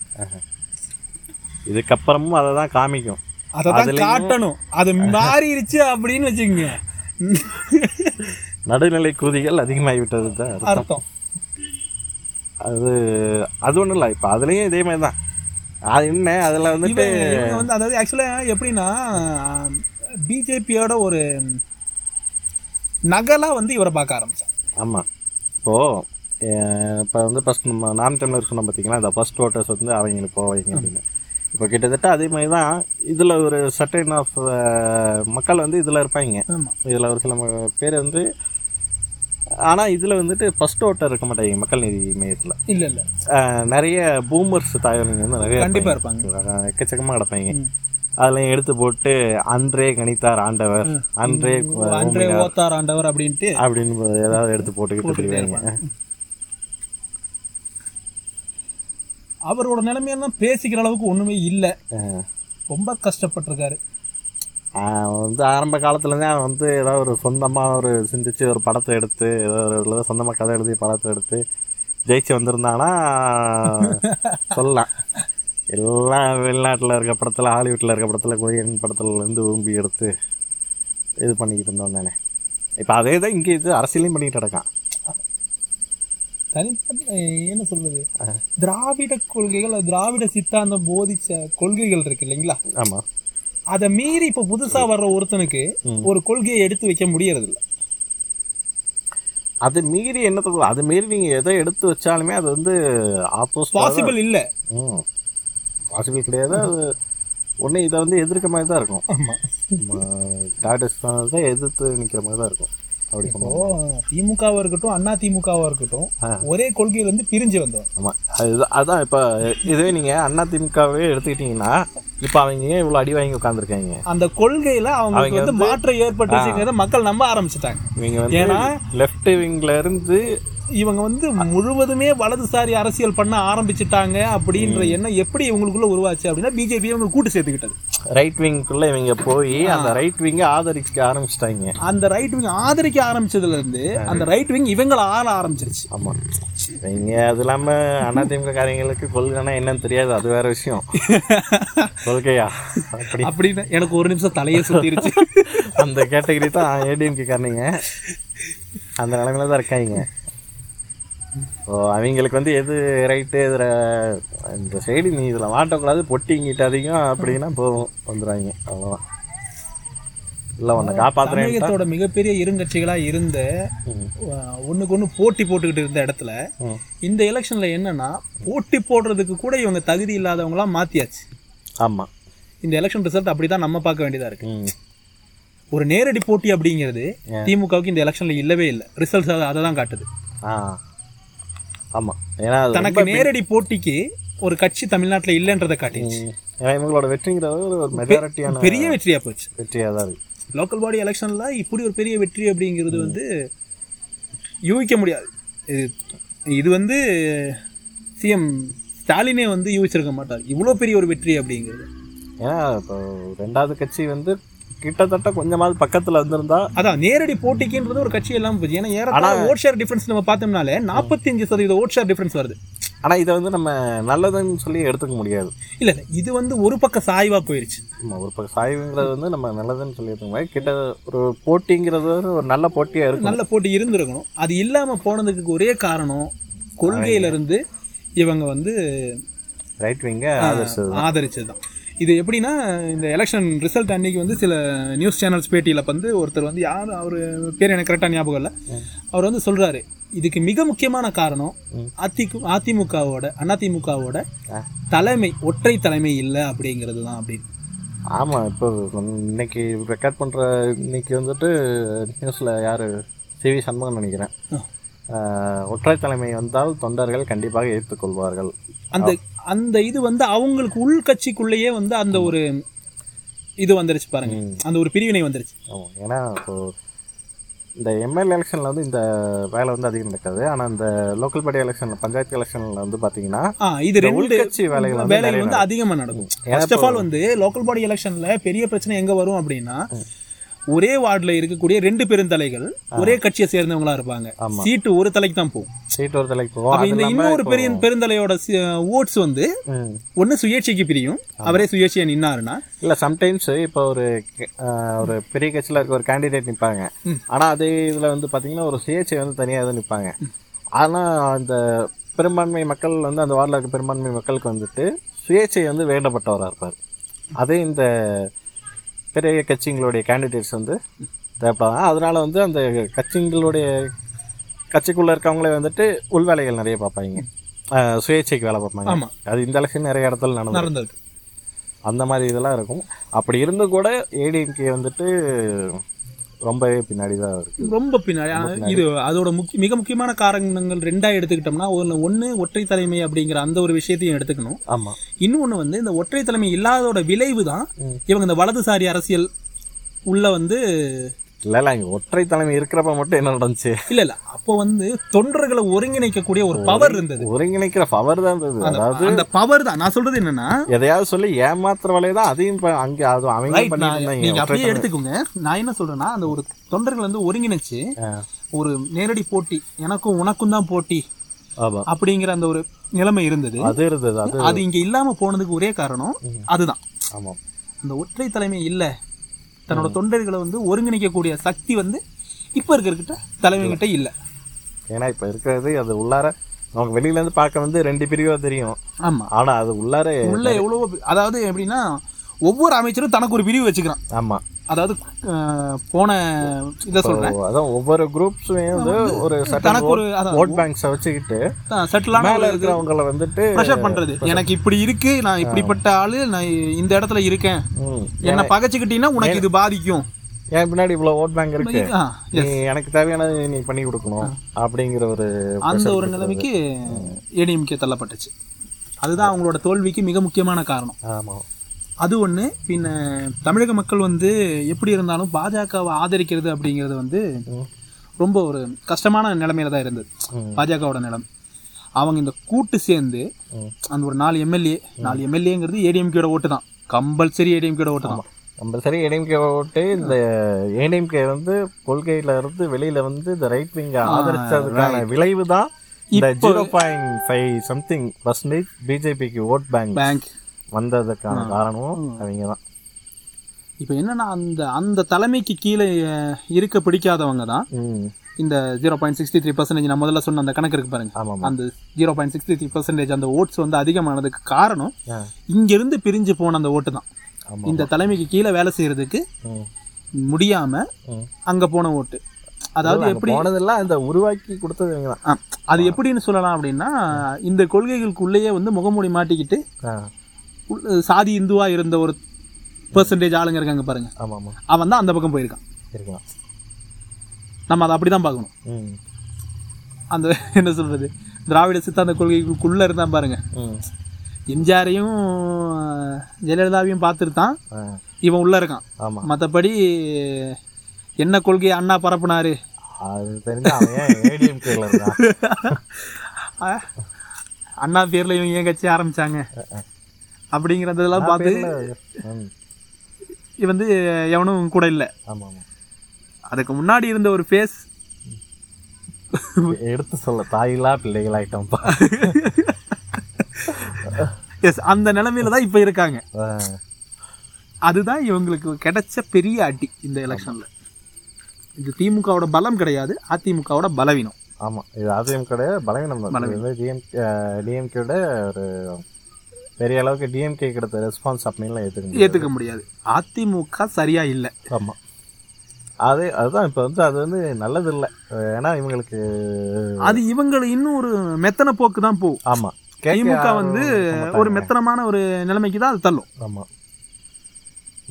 E: இதுக்கப்புறமும் அதை தான் காமிக்கும்
B: அதை தான்
E: அதுலயும்
B: காட்டணும் அது மாறிடுச்சு அப்படின்னு வச்சுக்கோங்க
E: நடுநிலை கூதிகள் அதிகமாகிவிட்டது தான் அர்த்தம்.
B: அர்த்தம்
E: அது அது ஒன்றும் இல்லை இப்போ அதுலேயும் இதே மாதிரி தான் அது என்ன அதில் வந்துட்டு
B: இவங்க இவங்க வந்து அதாவது ஆக்சுவலாக எப்படின்னா பிஜேபியோட ஒரு நகலா வந்து இவரை பார்க்க ஆரம்பிச்சான்
E: ஆமாம் இப்போது இப்போ வந்து ஃபஸ்ட் நம்ம நாம் தமிழர் சொன்னோம் பார்த்தீங்களா இந்த ஃபர்ஸ்ட் ஓட்டர்ஸ் வந்து அவங்களுக்கு போவாங்க அப்படின்னு இப்போ கிட்டத்தட்ட அதே மாதிரி தான் இதில் ஒரு சர்டைன் ஆஃப் மக்கள் வந்து இதில் இருப்பாங்க
B: ஆமா
E: இதில் ஒரு சில ம- பேர் வந்து ஆனால் இதில் வந்துட்டு ஃபர்ஸ்ட் ஓட்டர் இருக்க மாட்டாங்க மக்கள் நீதி மையத்தில்
B: இல்ல இல்ல
E: நிறைய பூமர்ஸ் தாயலிங்க வந்து நிறைய
B: கண்டிப்பா
E: இருப்பாங்க எக்கச்சக்கமாக கிடப்பாங்க அதெல்லாம் எடுத்து போட்டு அன்றே கணித்தார் ஆண்டவர் அன்றே
B: அன்றே
E: ஓமினார்
B: ஓத்தார் ஆண்டவர் அப்படின்ட்டு
E: அப்படின்னு ஏதாவது எடுத்து போட்டுக்கிட்டு
B: போட்டுக்கிட்டே
E: திரிவாங்க.
B: அவரோட நிலைமையெல்லாம் பேசிக்கிற அளவுக்கு ஒண்ணுமே இல்ல ரொம்ப கஷ்டப்பட்டிருக்காரு
E: அவன் வந்து ஆரம்ப காலத்துலேருந்தே அவன் வந்து ஏதாவது ஒரு சொந்தமாக ஒரு சிந்திச்சு ஒரு படத்தை எடுத்து ஏதோ ஒரு இதுல சொந்தமாக கதை எழுதி படத்தை எடுத்து ஜெயிச்சு வந்திருந்தானா சொல்லலாம் எல்லாம் வெளிநாட்டில் இருக்க படத்தில் ஹாலிவுட்டில் இருக்க படத்தில் கொரியன் படத்துலேருந்து ஊம்பி எடுத்து இது பண்ணிக்கிட்டு இருந்தோம் தானே இப்போ அதே தான் இங்கே இது அரசியலையும் பண்ணிக்கிட்டு நடக்கான்
B: தனிப்பட்ட என்ன சொல்றது திராவிட கொள்கைகள் திராவிட சித்தாந்தம் போதிச்ச கொள்கைகள் இருக்கு இல்லைங்களா
E: ஆமாம்
B: அதை மீறி இப்போ புதுசா வர்ற ஒருத்தனுக்கு ஒரு கொள்கையை எடுத்து வைக்க முடியறது இல்ல
E: அது மீறி என்ன தோணும் அது மீறி நீங்கள் எதை எடுத்து வச்சாலுமே அது வந்து ஆப்போசிட்
B: பாசிபிள் இல்ல
E: ம் பாசிபிள் கிடையாது அது ஒன்று இதை வந்து எதிர்க்க மாதிரி தான் இருக்கும்
B: ஆமா
E: டாடஸ் தான் எதிர்த்து நிற்கிற மாதிரி தான் இருக்கும் அப்படி
B: இப்போ
E: பண்ணுவோம்
B: திமுகவா இருக்கட்டும் அண்ணா திமுகவா இருக்கட்டும்
E: ஆ.
B: ஒரே கொள்கையில இருந்து பிரிஞ்சு வந்தோம்
E: ஆமாம் அதுதான் அதான் இப்போ இதுவே நீங்கள் அண்ணா திமுகவே எடுத்துக்கிட்டிங்கன்னா இப்போ அவங்க ஏன் இவ்வளோ அடி வாங்கி உட்காந்துருக்காங்க
B: அந்த கொள்கையில அவங்களுக்கு
E: அவங்க
B: வந்து
E: வந்து-
B: மாற்றம் ஏற்பட்டுச்சுங்கிறத மக்கள் நம்ப ஆரம்பிச்சிட்டாங்க
E: இவங்க வந்து
B: ஏன்னா-
E: லெஃப்ட் விங்ல இருந்து
B: இவங்க வந்து முழுவதுமே வலதுசாரி அரசியல் பண்ண ஆரம்பிச்சிட்டாங்க அப்படின்ற எண்ணம் எப்படி இவங்களுக்குள்ள உருவாச்சு அப்படின்னா பிஜேபி இவங்க கூட்டு சேர்த்துக்கிட்டது
E: ரைட் விங்குள்ள இவங்க போய் அந்த ரைட் விங்கை ஆதரிக்க ஆரம்பிச்சிட்டாங்க
B: அந்த ரைட் விங் ஆதரிக்க ஆரம்பிச்சதுல இருந்து அந்த ரைட் விங் இவங்களை ஆள ஆரம்பிச்சிருச்சு
E: ஆமாம் இவங்க அது இல்லாமல் அதிமுக காரியங்களுக்கு கொள்கைனா என்னன்னு தெரியாது அது வேற விஷயம் கொள்கையா அப்படி
B: அப்படின்னு எனக்கு ஒரு நிமிஷம் தலையே சுத்திருச்சு
E: அந்த கேட்டகரி தான் ஏடிஎம்கே காரணிங்க அந்த நிலமையில தான் இருக்காங்க ஸோ அவங்களுக்கு வந்து எது ரைட்டு இதில் இந்த சைடு நீ இதில் மாட்டக்கூடாது பொட்டிங்கிட்ட அதிகம் அப்படின்னா போதும் வந்துடுவாங்க அவ்வளோதான் இல்லை உன்னை காப்பாற்றுறேன்
B: தமிழகத்தோட மிகப்பெரிய இருங்கட்சிகளா இருந்த ஒண்ணுக்கு ஒண்ணு போட்டி போட்டுக்கிட்டு இருந்த இடத்துல
E: ம்.
B: இந்த எலெக்ஷன்ல என்னன்னா போட்டி போடுறதுக்கு கூட இவங்க தகுதி இல்லாதவங்களா மாத்தியாச்சு
E: ஆமாம்
B: இந்த எலெக்ஷன் ரிசல்ட் அப்படிதான் நம்ம பார்க்க வேண்டியதா இருக்கு
E: ம்
B: ஒரு நேரடி போட்டி அப்படிங்கிறது திமுகவுக்கு இந்த எலெக்ஷன்ல இல்லவே இல்லை ரிசல்ட்ஸ் அதை தான் காட்டுது
E: ஆ ஆமாம் ஏன்னா அது
B: தனக்கு நேரடி போட்டிக்கு ஒரு கட்சி தமிழ்நாட்டுல இல்லைன்றதை காட்டிடுச்சு
E: ம். ஏன்னா இவங்களோட வெற்றிங்கிறது ஒரு மெஜாரிட்டியான
B: பெரிய வெற்றியா போச்சு
E: வெற்றியாக தான் இருக்குது
B: லோக்கல் பாடி எலெக்ஷன்ல இப்படி ஒரு பெரிய வெற்றி அப்படிங்கிறது வந்து யூகிக்க முடியாது இது இது வந்து சிஎம் ஸ்டாலினே வந்து யூகிச்சிருக்க மாட்டார் இவ்வளோ பெரிய ஒரு வெற்றி அப்படிங்கிறது
E: ஏன்னா இப்போ ரெண்டாவது கட்சி வந்து கிட்டத்தட்ட கொஞ்சமாவது பக்கத்தில் வந்திருந்தா
B: அதான் நேரடி போட்டிக்குன்றது ஒரு கட்சி எல்லாம் போச்சு ஏன்னா ஏறத்தாழ ஓட் ஷேர் டிஃபரன்ஸ் நம்ம பார்த்தோம்னாலே நாற்பத்தி அஞ்சு சதவீத ஓட் ஷேர் டிஃபரன்ஸ் வருது
E: ஆனால் இதை வந்து நம்ம நல்லதுன்னு சொல்லி எடுத்துக்க முடியாது
B: இல்லை இல்லை இது வந்து ஒரு பக்கம் சாய்வாக போயிருச்சு
E: நம்ம ஒரு பக்கம் சாய்வுங்கிறது வந்து நம்ம நல்லதுன்னு சொல்லி எடுத்துக்க முடியாது கிட்ட ஒரு போட்டிங்கிறது வந்து ஒரு நல்ல போட்டியாக இருக்கும்
B: நல்ல போட்டி இருந்திருக்கணும் அது இல்லாமல் போனதுக்கு ஒரே காரணம் கொள்கையிலிருந்து இவங்க வந்து
E: ரைட் விங்க ஆதர்ஸ்
B: ஆதரிச்சது தான் இது எப்படின்னா இந்த எலெக்ஷன் ரிசல்ட் அன்னைக்கு வந்து சில நியூஸ் சேனல்ஸ் பேட்டியில் வந்து ஒருத்தர் வந்து யார் அவர் பேர் எனக்கு கரெக்டாக ஞாபகம் இல்லை அவர் வந்து சொல்கிறாரு இதுக்கு மிக முக்கியமான காரணம் அதிக அதிமுகவோட அதிமுகவோட தலைமை ஒற்றை தலைமை இல்லை அப்படிங்கிறது தான் அப்படின்னு
E: ஆமாம் இப்போ நம்ம இன்னைக்கு ரெக்கார்ட் பண்ணுற இன்னைக்கு வந்துட்டு நியூஸில் யார் சிவி சண்முகம் நினைக்கிறேன்
B: ஆ.
E: ஆஹ், ஒற்றை தலைமை வந்தால் தொண்டர்கள் கண்டிப்பாக ஏற்றுக்கொள்வார்கள்
B: அந்த அந்த இது வந்து அவங்களுக்கு உள்கட்சிக்குள்ளேயே வந்து அந்த ஒரு இது வந்துருச்சு பாருங்க அந்த ஒரு பிரிவினை வந்துருச்சு
E: ஆமாம் ஏன்னா இப்போ இந்த எம்எல்ஏ எலெக்ஷனில் வந்து இந்த வேலை வந்து அதிகம் நடக்காது ஆனால் இந்த லோக்கல் பாடி எலெக்ஷனில் பஞ்சாயத்து எலெக்ஷனில் வந்து பார்த்தீங்கன்னா
B: ஆ இது
E: இந்த
B: ரெண்டு
E: உள்கட்சி வேலைகள் வந்து
B: வேலைகள்
E: நிறைய
B: வந்து அதிகமா நடக்கும் ஃபர்ஸ்ட் ஆஃப் ஆல் வந்து லோக்கல் பாடி எலெக்ஷன்ல பெரிய பிரச்சனை எங்க வரும் அப்படின்னா ஒரே வார்டுல இருக்கக்கூடிய ரெண்டு பெருந்தலைகள் ஒரே கட்சியை சேர்ந்தவங்களா இருப்பாங்க சீட்டு ஒரு தலைக்கு தான் போகும்
E: சீட்டு ஒரு தலைக்கு போகும்
B: அப்ப
E: அது
B: இந்த
E: இல்லாமல்
B: இன்னொரு பெரிய பெருந்தலையோட ஓட்ஸ் வந்து
E: ம்.
B: ஒண்ணு சுயேட்சைக்கு பிரியும் அவரே சுயேட்சையை நின்னாருன்னா
E: இல்லை சம்டைம்ஸ் இப்போ ஒரு க- ஆஹ், ஒரு பெரிய கட்சியில் இருக்க ஒரு கேண்டிடேட் நிற்பாங்க ஆனால் அதே இதில் வந்து பார்த்தீங்கன்னா ஒரு சுயேட்சை வந்து தனியாக எதுவும் நிற்பாங்க ஆனால் அந்த பெரும்பான்மை மக்கள் வந்து அந்த வார்டில் இருக்க பெரும்பான்மை மக்களுக்கு வந்துட்டு சுயேட்சை வந்து வேண்டப்பட்டவராக இருப்பார் அதே இந்த பெரிய கட்சிங்களுடைய கேண்டிடேட்ஸ் வந்து தேவைப்படாங்க அதனால் வந்து அந்த கட்சிங்களுடைய கட்சிக்குள்ளே இருக்கவங்களே வந்துட்டு உள் வேலைகள் நிறைய பார்ப்பாங்க ஆஹ், சுயேட்சைக்கு வேலை பார்ப்பாங்க
B: ஆமா.
E: அது இந்த எலெக்ஷன் நிறைய இடத்துல நடந்தது
B: நடந்திருக்கு
E: அந்த மாதிரி இதெல்லாம் இருக்கும் அப்படி இருந்து கூட ஏடிஎம்கே வந்துட்டு ரொம்பவே பின்னாடி தான் இருக்கு
B: ரொம்ப பின்னாடி ஆனா, இது அதோட முக்கிய மிக முக்கியமான காரணங்கள் ரெண்டா எடுத்துக்கிட்டோம்னா ஒண்ணு ஒண்ணு ஒற்றை தலைமை அப்படிங்கிற அந்த ஒரு விஷயத்தையும் எடுத்துக்கணும்
E: ஆமாம்
B: இன்னொன்று வந்து இந்த ஒற்றை தலைமை இல்லாததோட விளைவு தான் இவங்க இந்த வலதுசாரி அரசியல் உள்ள வந்து
E: இல்லை இல்லை அங்கே ஒற்றை தலைமை இருக்கிறப்ப மட்டும் என்ன நடந்துச்சு
B: இல்ல இல்ல அப்போ வந்து தொண்டர்களை ஒருங்கிணைக்கக்கூடிய ஒரு பவர் இருந்தது
E: ஒருங்கிணைக்கிற பவர் தான் இருந்தது அதாவது
B: அந்த பவர் தான் நான் சொல்றது என்னன்னா
E: எதையாவது சொல்லி ஏமாத்துற வேலையை தான் அதையும் இப்ப அங்கே அது அவங்க
B: right, நான்-
E: பண்ணிட்டு
B: நீங்க
E: இருந்தாங்க ஒற்றை
B: அப்படியே எடுத்துக்கோங்க நான் என்ன சொல்றேன்னா அந்த ஒரு தொண்டர்கள் வந்து ஒருங்கிணைச்சு ஒரு நேரடி போட்டி எனக்கும் உனக்கும் தான் போட்டி
E: ஆமா
B: அப்படிங்கிற அந்த ஒரு நிலைமை இருந்தது
E: அது இருந்தது அது
B: அது இங்க இல்லாம போனதுக்கு ஒரே காரணம் அதுதான்
E: ஆமா
B: அந்த ஒற்றை தலைமை இல்ல தன்னோட தொண்டர்களை வந்து ஒருங்கிணைக்கக்கூடிய சக்தி வந்து இப்ப இருக்கிற தலைமை கிட்ட இல்ல
E: ஏன்னா இப்ப இருக்கிறது அது உள்ளார நமக்கு வெளியில இருந்து பார்க்க வந்து ரெண்டு பிரிவா தெரியும்
B: ஆமா
E: ஆனா அது உள்ளார
B: உள்ள எவ்வளவோ அதாவது எப்படின்னா ஒவ்வொரு அமைச்சரும் தனக்கு ஒரு பிரிவு வச்சுக்கிறான்
E: ஆமா
B: அதாவது அஹ், போன இதை சொல்றேன்
E: இப்போ அதான் ஒவ்வொரு குரூப்ஸுமே வந்து ஒரு சட்டம்
B: தனக்கு ஒரு அதான்
E: ஓட் பேங்க்ஸை வச்சுக்கிட்டு
B: செட்டிலான
E: மேல இருக்கிறவங்கள வந்துட்டு
B: ப்ரெஷர் பண்றது எனக்கு இப்படி இருக்கு நான் இப்படிப்பட்ட ஆளு நான் இந்த இடத்துல இருக்கேன்
E: ம்,
B: என்ன பகைச்சுக்கிட்டீங்கன்னா உனக்கு இது பாதிக்கும்
E: என் பின்னாடி இவ்வளவு ஓட் பேங்க் இருக்கு
B: ஆ,
E: நீ எனக்கு தேவையானது நீ பண்ணி கொடுக்கணும் அப்படிங்கிற ஒரு
B: அந்த ஒரு நிலைமைக்கு ஏடிஎம்கே தள்ளப்பட்டுச்சு அதுதான் அவங்களோட தோல்விக்கு மிக முக்கியமான காரணம்
E: ஆமா
B: அது ஒன்று பின்ன தமிழக மக்கள் வந்து எப்படி இருந்தாலும் பாஜகவை ஆதரிக்கிறது அப்படிங்கிறது வந்து ரொம்ப ஒரு கஷ்டமான நிலைமையில தான் இருந்தது
E: ம்.
B: பாஜகவோட நிலம் அவங்க இந்த கூட்டு சேர்ந்து
E: ம்.
B: அந்த ஒரு நாலு எம்எல்ஏ நாலு எம்எல்ஏங்கிறது ஏடிஎம்கேட ஓட்டு தான் கம்பல்சரி ஏடிஎம்கேட ஓட்டு தான்
E: கம்பல்சரி ஏடிஎம்கே ஓட்டு இந்த ஏடிஎம்கே வந்து கொள்கையில இருந்து வெளியில வந்து இந்த ரைட் விங்க ஆதரிச்சதுக்கான விளைவு தான் இந்த zero point five something percentage பிஜேபிக்கு ஓட் பேங்க்
B: பேங்க்
E: வந்ததுக்கான காரணமும் அவங்க தான்
B: இப்போ என்னன்னா அந்த அந்த தலைமைக்கு கீழே அஹ், இருக்க பிடிக்காதவங்க தான்
E: ம்
B: இந்த zero point sixty three percentage நான் முதல்ல சொன்ன அந்த கணக்கு இருக்கு பாருங்க
E: ஆமாம்
B: அந்த zero point sixty three percentage அந்த ஓட்ஸ் வந்து அதிகமானதுக்கு காரணம்
E: ஆ.
B: இங்கிருந்து பிரிஞ்சு போன அந்த ஓட்டு தான்
E: ஆமா.
B: இந்த தலைமைக்கு கீழே வேலை செய்யறதுக்கு
E: ம்.
B: முடியாம
E: ம்.
B: அங்க போன ஓட்டு அதாவது
E: அங்க
B: எப்படி
E: போனதெல்லாம் இந்த உருவாக்கி கொடுத்தது இவங்க தான்
B: ஆ, அது எப்படின்னு சொல்லலாம் அப்படின்னா இந்த கொள்கைகளுக்குள்ளேயே வந்து முகமூடி மாட்டிக்கிட்டு
E: ஆ,
B: உள்ள- சாதி இந்துவா இருந்த ஒரு பெர்சன்டேஜ் ஆளுங்க இருக்காங்க பாருங்க
E: ஆமா ஆமா
B: அவன் தான் அந்த பக்கம் போயிருக்கான்
E: இருக்கலாம்
B: நம்ம அதை அப்படிதான் பார்க்கணும்
E: ம்
B: அந்த என்ன சொல்றது திராவிட சித்தாந்த கொள்கைக்குள்ள இருந்தான் பாருங்க
E: ம்
B: எம்ஜிஆரையும் ஜெயலலிதாவையும் பார்த்துருத்தான்
E: ஆ,
B: இவன் உள்ள இருக்கான்
E: ஆமா
B: மற்றபடி என்ன கொள்கையை அண்ணா பரப்புனாரு
E: அது தெரிஞ்சு அவன் ஏன் ஏடிஎம்கேல இருந்தான்
B: அஹ், அண்ணா பேர்ல இவங்க ஏன் கட்சி ஆரம்பிச்சாங்க அப்படிங்கிறதெல்லாம் பார்த்து
E: ம்,
B: இவன் வந்து எவனும் கூட இல்லை
E: ஆமா ஆமா
B: அதுக்கு முன்னாடி இருந்த ஒரு ஃபேஸ்
E: எடுத்து சொல்ல தாயிலா பிள்ளைகள் ஆயிட்டோம்ப்பா
B: எஸ் அந்த நிலைமையில தான் இப்போ இருக்காங்க
E: ஆ.
B: அதுதான் இவங்களுக்கு கிடைச்ச பெரிய அடி இந்த எலெக்ஷன்ல இது திமுகவோட பலம் கிடையாது அதிமுகவோட பலவீனம்
E: ஆமா இது அதிமுகோட பலவீனம் தான். இது வந்து டிஎம்கே டிஎம்கேட ஒரு பெரிய அளவுக்கு டிஎம்கே கிடைத்த ரெஸ்பான்ஸ் அப்படின்லாம் ஏற்றுக்க முடியாது
B: ஏத்துக்க முடியாது அதிமுக சரியா இல்லை
E: ஆமா அது அதுதான் இப்போ வந்து அது வந்து நல்லது இல்லை ஏன்னா இவங்களுக்கு
B: அது இவங்களை இன்னும் ஒரு மெத்தன போக்கு தான் போகும்
E: ஆமா கேட்க
B: திமுக
E: யாரும்
B: வந்து
E: மாட்டாங்க.
B: ஒரு மெத்தனமான ஒரு நிலைமைக்கு தான் அது தள்ளும்
E: ஆமா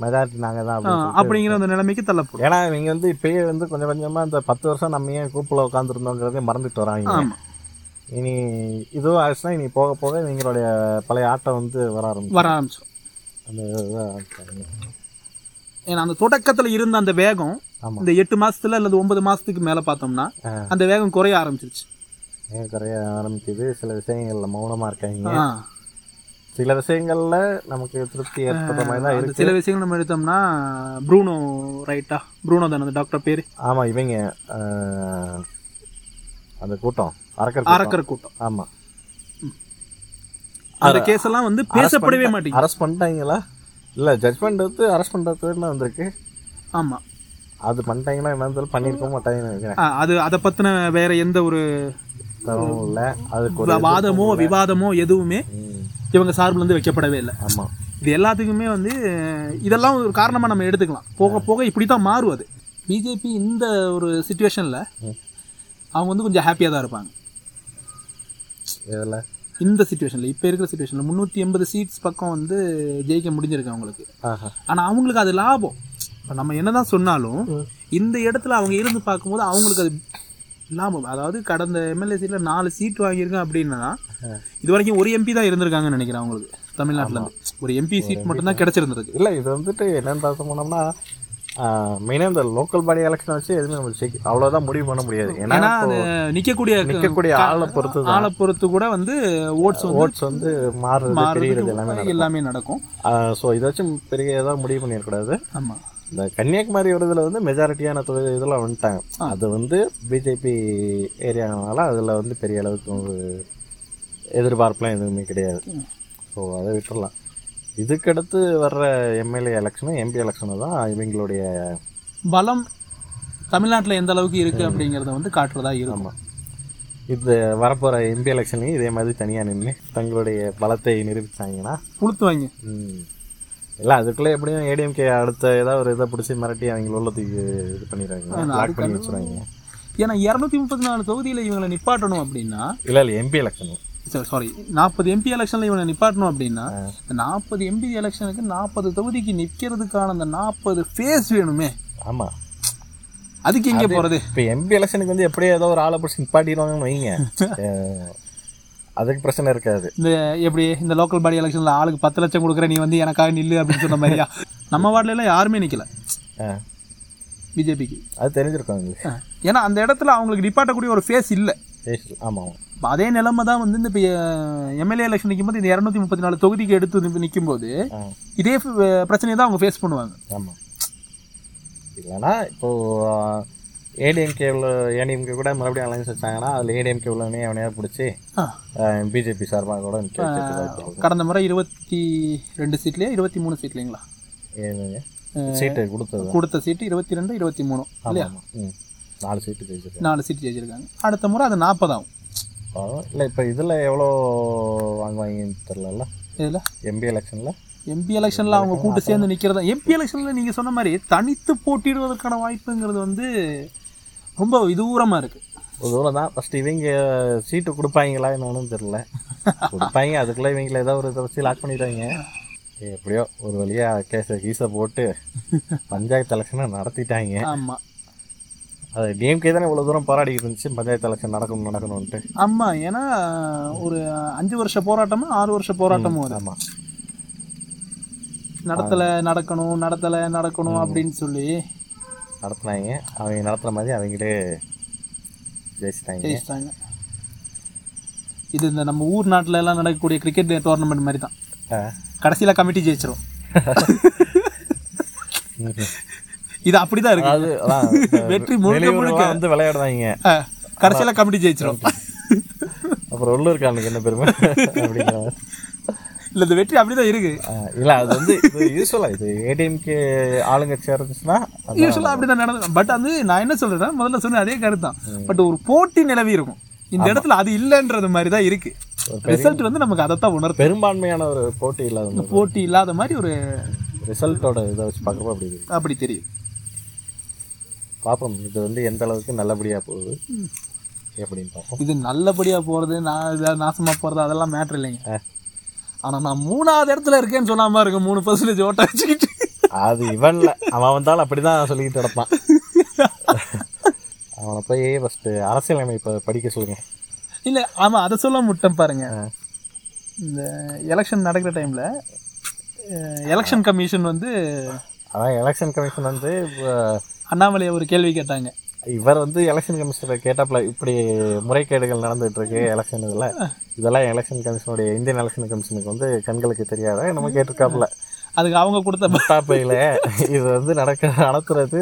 E: மெஜாரிட்டி நாங்க
B: ஆ,
E: தான் அப்படின்னு சொல்லிட்டு-
B: அப்படிங்கிற அந்த நிலைமைக்கு தள்ளப்படும்
E: ஏன்னா இவங்க வந்து இப்பயே வந்து கொஞ்சம் கொஞ்சமா இந்த பத்து வருஷம் நம்ம ஏன் கூப்பில் உட்காந்துருந்தோங்கிறதே மறந்துட்டு வராங்க
B: ஆமா
E: இனி இதுவும் ஆச்சுன்னா இனி போக போக இவங்களுடைய பழைய ஆட்டம் வந்து வர ஆரம்பிச்சு
B: வர ஆரம்பிச்சோம்
E: அந்த இதுதான்
B: ஏன்னா அந்த தொடக்கத்துல இருந்த அந்த வேகம்
E: ஆமா.
B: இந்த எட்டு மாசத்துல அல்லது ஒன்பது மாசத்துக்கு மேல பார்த்தோம்னா அந்த வேகம் குறைய ஆரம்பிச்சிருச்சு
E: ஏன் குறைய ஆரம்பிக்குது சில விஷயங்கள்ல மௌனமா இருக்காங்க
B: ஆ.
E: சில விஷயங்கள்ல நமக்கு திருப்தி ஏற்படுற மாதிரி தான்
B: அந்த
E: இருக்கு
B: சில விஷயங்கள் நம்ம எடுத்தோம்னா ப்ரூனோ ரைட்டா ப்ரூனோ தானே அந்த டாக்டர் பேரு
E: ஆமா இவங்க அஹ், அந்த கூட்டம் அரக்கர் கூட்டம்.
B: அரக்கர் கூட்டம்
E: ஆமா
B: அந்த கேஸ் எல்லாம் வந்து பேசப்படவே மாட்டேங்குது
E: அரெஸ்ட் பண்ணிட்டாங்களா இல்ல ஜட்மெண்ட் வந்து அரெஸ்ட் பண்றதுன்னு வந்திருக்கு
B: ஆமா
E: அது பண்ணிட்டாங்கன்னா என்ன இருந்தாலும் பண்ணிருக்க மாட்டாங்கன்னு நினைக்கிறேன்
B: ஆ, அது அதை பத்தின வேற எந்த ஒரு
E: தவறும் இல்ல அதுக்கு ஒரு
B: வாதமோ விவாதமோ எதுவுமே
E: ம்,
B: இவங்க சார்புல இருந்து வைக்கப்படவே இல்லை
E: ஆமா
B: இது எல்லாத்துக்குமே வந்து அஹ், இதெல்லாம் ஒரு காரணமாக நம்ம எடுத்துக்கலாம் போக போக இப்படி தான் மாறும் அது பிஜேபி இந்த ஒரு சுச்சுவேஷனில் அவங்க வந்து கொஞ்சம் ஹாப்பியாக தான் இருப்பாங்க
E: இதுல
B: இந்த சுச்சுவேஷனில் இப்போ இருக்கிற சுச்சுவேஷனில் முந்நூற்றி எண்பது சீட்ஸ் பக்கம் வந்து ஜெயிக்க முடிஞ்சிருக்கு அவங்களுக்கு
E: ஆஹா
B: ஆனால் அவங்களுக்கு அது லாபம் இப்ப நம்ம என்னதான் சொன்னாலும் இந்த இடத்துல அவங்க இருந்து பார்க்கும்போது அவங்களுக்கு அது லாபம் அதாவது கடந்த எம்எல்ஏ சீட்டில் நாலு சீட் வாங்கியிருக்கேன் அப்படின்னா இது வரைக்கும் ஒரு எம்பி தான் இருந்திருக்காங்கன்னு நினைக்கிறேன் அவங்களுக்கு தமிழ்நாட்டில் ஒரு எம்பி சீட் மட்டும்தான் கிடச்சிருந்துருக்கு
E: இல்ல இது வந்துட்டு என்னன்னு பார்க்க போனோம்னா மெயினாக இந்த லோக்கல் பாடி எலெக்ஷன் வச்சு எதுவுமே நம்ம செக் அவ்வளோதான் முடிவு பண்ண முடியாது ஏன்னா
B: ஏன்னா
E: இப்போ
B: அது நிக்கக்கூடிய
E: நிக்கக்கூடிய ஆளை பொறுத்து தான்.
B: ஆளை பொறுத்து கூட வந்து ஓட்ஸ் வந்து
E: ஓட்ஸ் வந்து மாறுறது தெரிகிறது எல்லாமே
B: மாறுறது எல்லாமே நடக்கும்
E: ஸோ இதை வச்சு பெரிய ஏதாவது முடிவு பண்ணிடக்கூடாது
B: ஆமா
E: இந்த கன்னியாகுமரி ஒரு இதில் வந்து மெஜாரிட்டியான தொழில் இதெல்லாம் வந்துட்டாங்க அது வந்து பிஜேபி ஏரியானால அதில் வந்து பெரிய அளவுக்கு ஒரு எதிர்பார்ப்புலாம் எதுவுமே கிடையாது ஸோ அதை விட்டுறலாம் இதுக்கடுத்து வர்ற எம்எல்ஏ எலெக்ஷனும் எம்பி எலெக்ஷனு தான் இவங்களுடைய
B: பலம் தமிழ்நாட்டுல எந்த அளவுக்கு இருக்கு அப்படிங்கறத வந்து காட்டுறதா இருக்கும்
E: இது வரப்போகிற எம்பி எலெக்ஷன்லையும் இதே மாதிரி தனியாக நின்று தங்களுடைய பலத்தை நிரூபித்தாங்கன்னா
B: புளுத்துவாங்க
E: இல்லை அதுக்குள்ளே எப்படியும் ஏடிஎம்கே அடுத்த ஏதாவது ஒரு இதை பிடிச்சி மிரட்டி அவங்க உள்ளத்துக்கு இது பண்ணிடுவாங்க பிளாக் பண்ணி வச்சுருவாங்க
B: ஏன்னா இரநூத்தி முப்பத்தி நாலு தொகுதியில இவங்களை நிப்பாட்டணும் அப்படின்னா
E: இல்லை இல்லை எம்பி எலெக்ஷன்
B: சாரி நாற்பது எம்பி எலெக்ஷனில் இவனை நிப்பாட்டணும் அப்படின்னா இந்த நாற்பது எம்பி எலெக்ஷனுக்கு நாற்பது தொகுதிக்கு நிற்கிறதுக்கான அந்த நாற்பது ஃபேஸ் வேணுமே
E: ஆமாம்
B: அதுக்கு எங்கே போகிறது
E: இப்போ எம்பி எலெக்ஷனுக்கு வந்து எப்படியோ ஏதோ ஒரு ஆளை பிடிச்சி நிப்பாட்டிடுவாங்கன்னு வைங்க அஹ் அதுக்கு பிரச்சனை இருக்காது
B: இந்த எப்படி இந்த லோக்கல் பாடி எலெக்ஷனில் ஆளுக்கு பத்து லட்சம் கொடுக்குற நீ வந்து எனக்காக நில்லு அப்படின்னு சொன்ன மாதிரியா நம்ம வார்டுல எல்லாம் யாருமே நிற்கல
E: அஹ்
B: பிஜேபிக்கு
E: அது தெரிஞ்சிருக்கும் அவங்களுக்கு
B: ஏன்னா அந்த இடத்துல அவங்களுக்கு நிப்பாட்டக்கூடிய ஒரு ஃபேஸ் இல்லை
E: பேசு- ஆமாம்
B: இப்போ அதே நிலைமை தான் வந்து இந்த இப்போ எம்எல்ஏ எலெக்ஷன் நிற்கும்போது இந்த இரநூத்தி முப்பத்தி நாலு தொகுதிக்கு எடுத்து நிற்கும்போது
E: ஆமாம்
B: இதே அஹ், பிரச்சனையை தான் அவங்க ஃபேஸ் பண்ணுவாங்க
E: ஆமாம் இல்லைன்னா இப்போது ஏடிஎம்கே உள்ள ஏடிஎம்கே கூட மறுபடியும் அலைன்ஸ் வச்சாங்கன்னா அதில் ஏடிஎம்கே உள்ளவனே அவனையாக பிடிச்சி
B: ஆ.
E: பிஜேபி சார்பாக கூட நிற்க வைக்கிறதுக்கு வாய்ப்பு இருக்கு.
B: கடந்த முறை இருபத்தி ரெண்டு சீட்லேயே இருபத்தி மூணு சீட்லைங்களா
E: ஏனுங்க? சீட்டு கொடுத்தது
B: கொடுத்த சீட்டு இருபத்தி ரெண்டு இருபத்தி மூணு இல்லையா
E: ஆமாம் ம் நாலு சீட்டு ஜெயிச்சிருக்கேன்
B: நாலு சீட் ஜெயிச்சிருக்காங்க அடுத்த முறை அது நாற்பதாகும்
E: இல்லை இப்போ இதில் எவ்வளோ வாங்குவாங்கன்னு தெரிலல்ல
B: இதில்
E: எம்பி எலெக்ஷனில்
B: எம்பி எலெக்ஷனில் அவங்க கூட்டு சேர்ந்து நிற்கிறதா எம்பி எலெக்ஷனில் நீங்கள் சொன்ன மாதிரி தனித்து போட்டியிடுவதற்கான வாய்ப்புங்கிறது வந்து ரொம்ப விதூரமாக இருக்குது
E: ஒரு தூரம் தான் ஃபஸ்ட்டு இவங்க சீட்டு கொடுப்பாங்களா என்னன்னு தெரில கொடுப்பாங்க அதுக்குள்ளே இவங்கள ஏதோ ஒரு இதை வச்சு லாக் பண்ணிடுவாங்க எப்படியோ ஒரு வழியாக கேஸை கீஸை போட்டு பஞ்சாயத்து எலெக்ஷனை நடத்திட்டாங்க
B: ஆமாம்
E: அது டிஎம்கே தானே இவ்வளோ தூரம் போராடிக்கிட்டு இருந்துச்சு பஞ்சாயத்து எலெக்ஷன் நடக்கணும் நடக்கணும்ன்ட்டு
B: ஆமாம் ஏன்னா ஒரு அஞ்சு வருஷ போராட்டமும் ஆறு வருஷ போராட்டமும் அது
E: ஆமாம்
B: நடத்தலை நடக்கணும் நடத்தலை நடக்கணும் அப்படின்னு சொல்லி
E: நடத்தினாங்க அவங்க நடத்துகிற மாதிரி அவங்களே ஜெயிச்சிட்டாங்க
B: ஜெயிச்சிட்டாங்க இது இந்த நம்ம ஊர் நாட்டில் எல்லாம் நடக்கக்கூடிய கிரிக்கெட் டோர்னமெண்ட் மாதிரி தான்
E: ஆ.
B: கடைசியில் கமிட்டி ஜெயிச்சிரும் இது அப்படிதான் இருக்கு
E: அதாவது அதான்,
B: வெற்றி முழுக்க
E: வெளியூர்ல
B: முழுக்க.
E: வந்து விளையாடுவாங்க
B: ஆ, கடைசியில கமிட்டி ஜெயிச்சிரும்
E: அப்புறம் உள்ளூர்காரனுக்கு என்ன பெருமை அப்படிங்கிற மாதிரி.
B: இல்ல இந்த வெற்றி அப்படிதான் இருக்கு
E: ஆஹ் இல்ல அது வந்து இது யூஸ்ஃபுல்லா இது ஏடிஎம்கே ஆளுங்கட்சி இருந்துச்சுன்னா அது
B: யூஸ்வலாக அப்படிதான் நடந்தது பட் அது நான் என்ன சொல்றேன்னா முதல்ல சொன்ன அதே கருத்து தான் பட் ஒரு போட்டி நிலவி இருக்கும் இந்த இடத்துல அது இல்லைன்றது மாதிரி தான் இருக்கு
E: ஒரு
B: ரிசல்ட் வந்து நமக்கு அதைத்தான் உணர்த்து
E: பெரும்பான்மையான ஒரு போட்டி இல்லாத
B: போட்டி இல்லாத மாதிரி ஒரு
E: ரிசல்ட்டோட இதை வச்சு பார்க்குறப்ப அப்படி இருக்கு
B: அப்படி தெரியும்
E: பார்ப்போம் இது வந்து எந்த அளவுக்கு நல்லபடியா போகுது எப்படின்னு பார்ப்போம்
B: இது நல்லபடியா போறது நான் இதாக நாசமா போறது அதெல்லாம் மேட்ரு இல்லைங்க ஆனா நான் மூணாவது இடத்துல இருக்கேன்னு சொல்லாம இருக்கு மூணு பர்சன்டேஜ் ஓட்ட வச்சுக்கிட்டு
E: அது இவன்ல அவன் வந்தாலும் அப்படிதான் சொல்லிக்கிட்டு நடப்பான் அவனை போய் ஃபர்ஸ்ட் அரசியலமைப்பை படிக்க சொல்லுங்க
B: இல்ல ஆமா அதை சொல்ல முட்டேன் பாருங்க இந்த எலெக்ஷன் நடக்கிற டைம்ல எலெக்ஷன் கமிஷன் வந்து
E: அதான் எலெக்ஷன் கமிஷன் வந்து இப்ப
B: அண்ணாமலை ஒரு கேள்வி கேட்டாங்க
E: இவர் வந்து எலெக்ஷன் கமிஷனை கேட்டாப்புல இப்படி முறைகேடுகள் நடந்துட்டு இருக்கு எலெக்ஷன் இதில் இதெல்லாம் எலெக்ஷன் கமிஷனுடைய இந்தியன் எலெக்ஷன் கமிஷனுக்கு வந்து கண்களுக்கு தெரியாத நம்ம கேட்டிருக்காப்புல
B: அதுக்கு அவங்க கொடுத்த ப-
E: முட்டாப்பையில் இது வந்து நடக்க நடத்துறது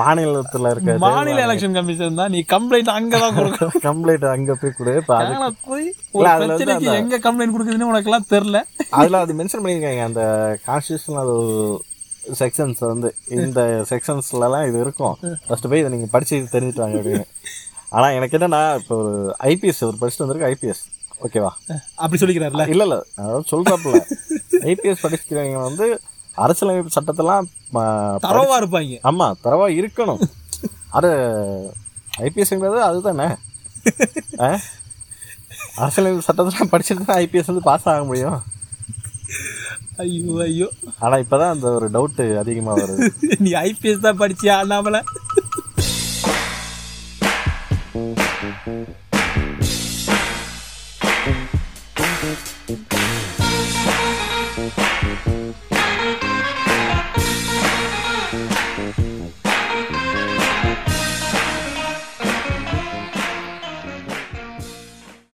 E: மாநிலத்தில் இருக்க
B: மாநில எலெக்ஷன் கமிஷன் தான் நீ கம்ப்ளைண்ட் அங்கதான் கொடுக்கணும்
E: கம்ப்ளைண்ட் அங்கே போய் கொடு இப்போ அது
B: மேல போய்
E: இல்ல,
B: ஒரு
E: அதுல வந்து
B: பிரச்சனைக்கு எங்க கம்ப்ளைண்ட் கொடுக்குதுன்னு உனக்கு எல்லாம் தெரியல
E: அதில் அது மென்ஷன் பண்ணியிருக்காங்க அந்த கான்ஸ்டியூஷன் அது செக்ஷன்ஸ் வந்து இந்த செக்ஷன்ஸ்லலாம் இது இருக்கும் ஃபஸ்ட்டு போய் இதை நீங்கள் படித்து இது தெரிஞ்சுட்டு வாங்க அப்படின்னு ஆனால் எனக்கு என்னன்னா இப்போ ஒரு ஐபிஎஸ் ஒரு படிச்சுட்டு வந்திருக்கு ஐபிஎஸ் ஓகேவா
B: அப்படி சொல்லிக்கிறாருல
E: இல்ல இல்ல அதாவது சொல்றாப்புல ஐபிஎஸ் படிக்கிறவங்க வந்து அரசியலமைப்பு சட்டத்தெல்லாம் ம, படி-
B: தரவா இருப்பாங்க
E: ஆமா தரவா இருக்கணும் அது ஐபிஎஸ்ங்கிறது அதுதானே ஆ? அரசியலமைப்பு சட்டத்தெல்லாம் படிச்சுட்டு தான் ஐபிஎஸ் வந்து பாஸ் ஆக முடியும்
B: ஐயோ ஐயோ
E: ஆனா இப்பதான் அந்த ஒரு டவுட் அதிகமா வருது
B: நீ ஐபிஎஸ் தான் படிச்சியா அண்ணாமலை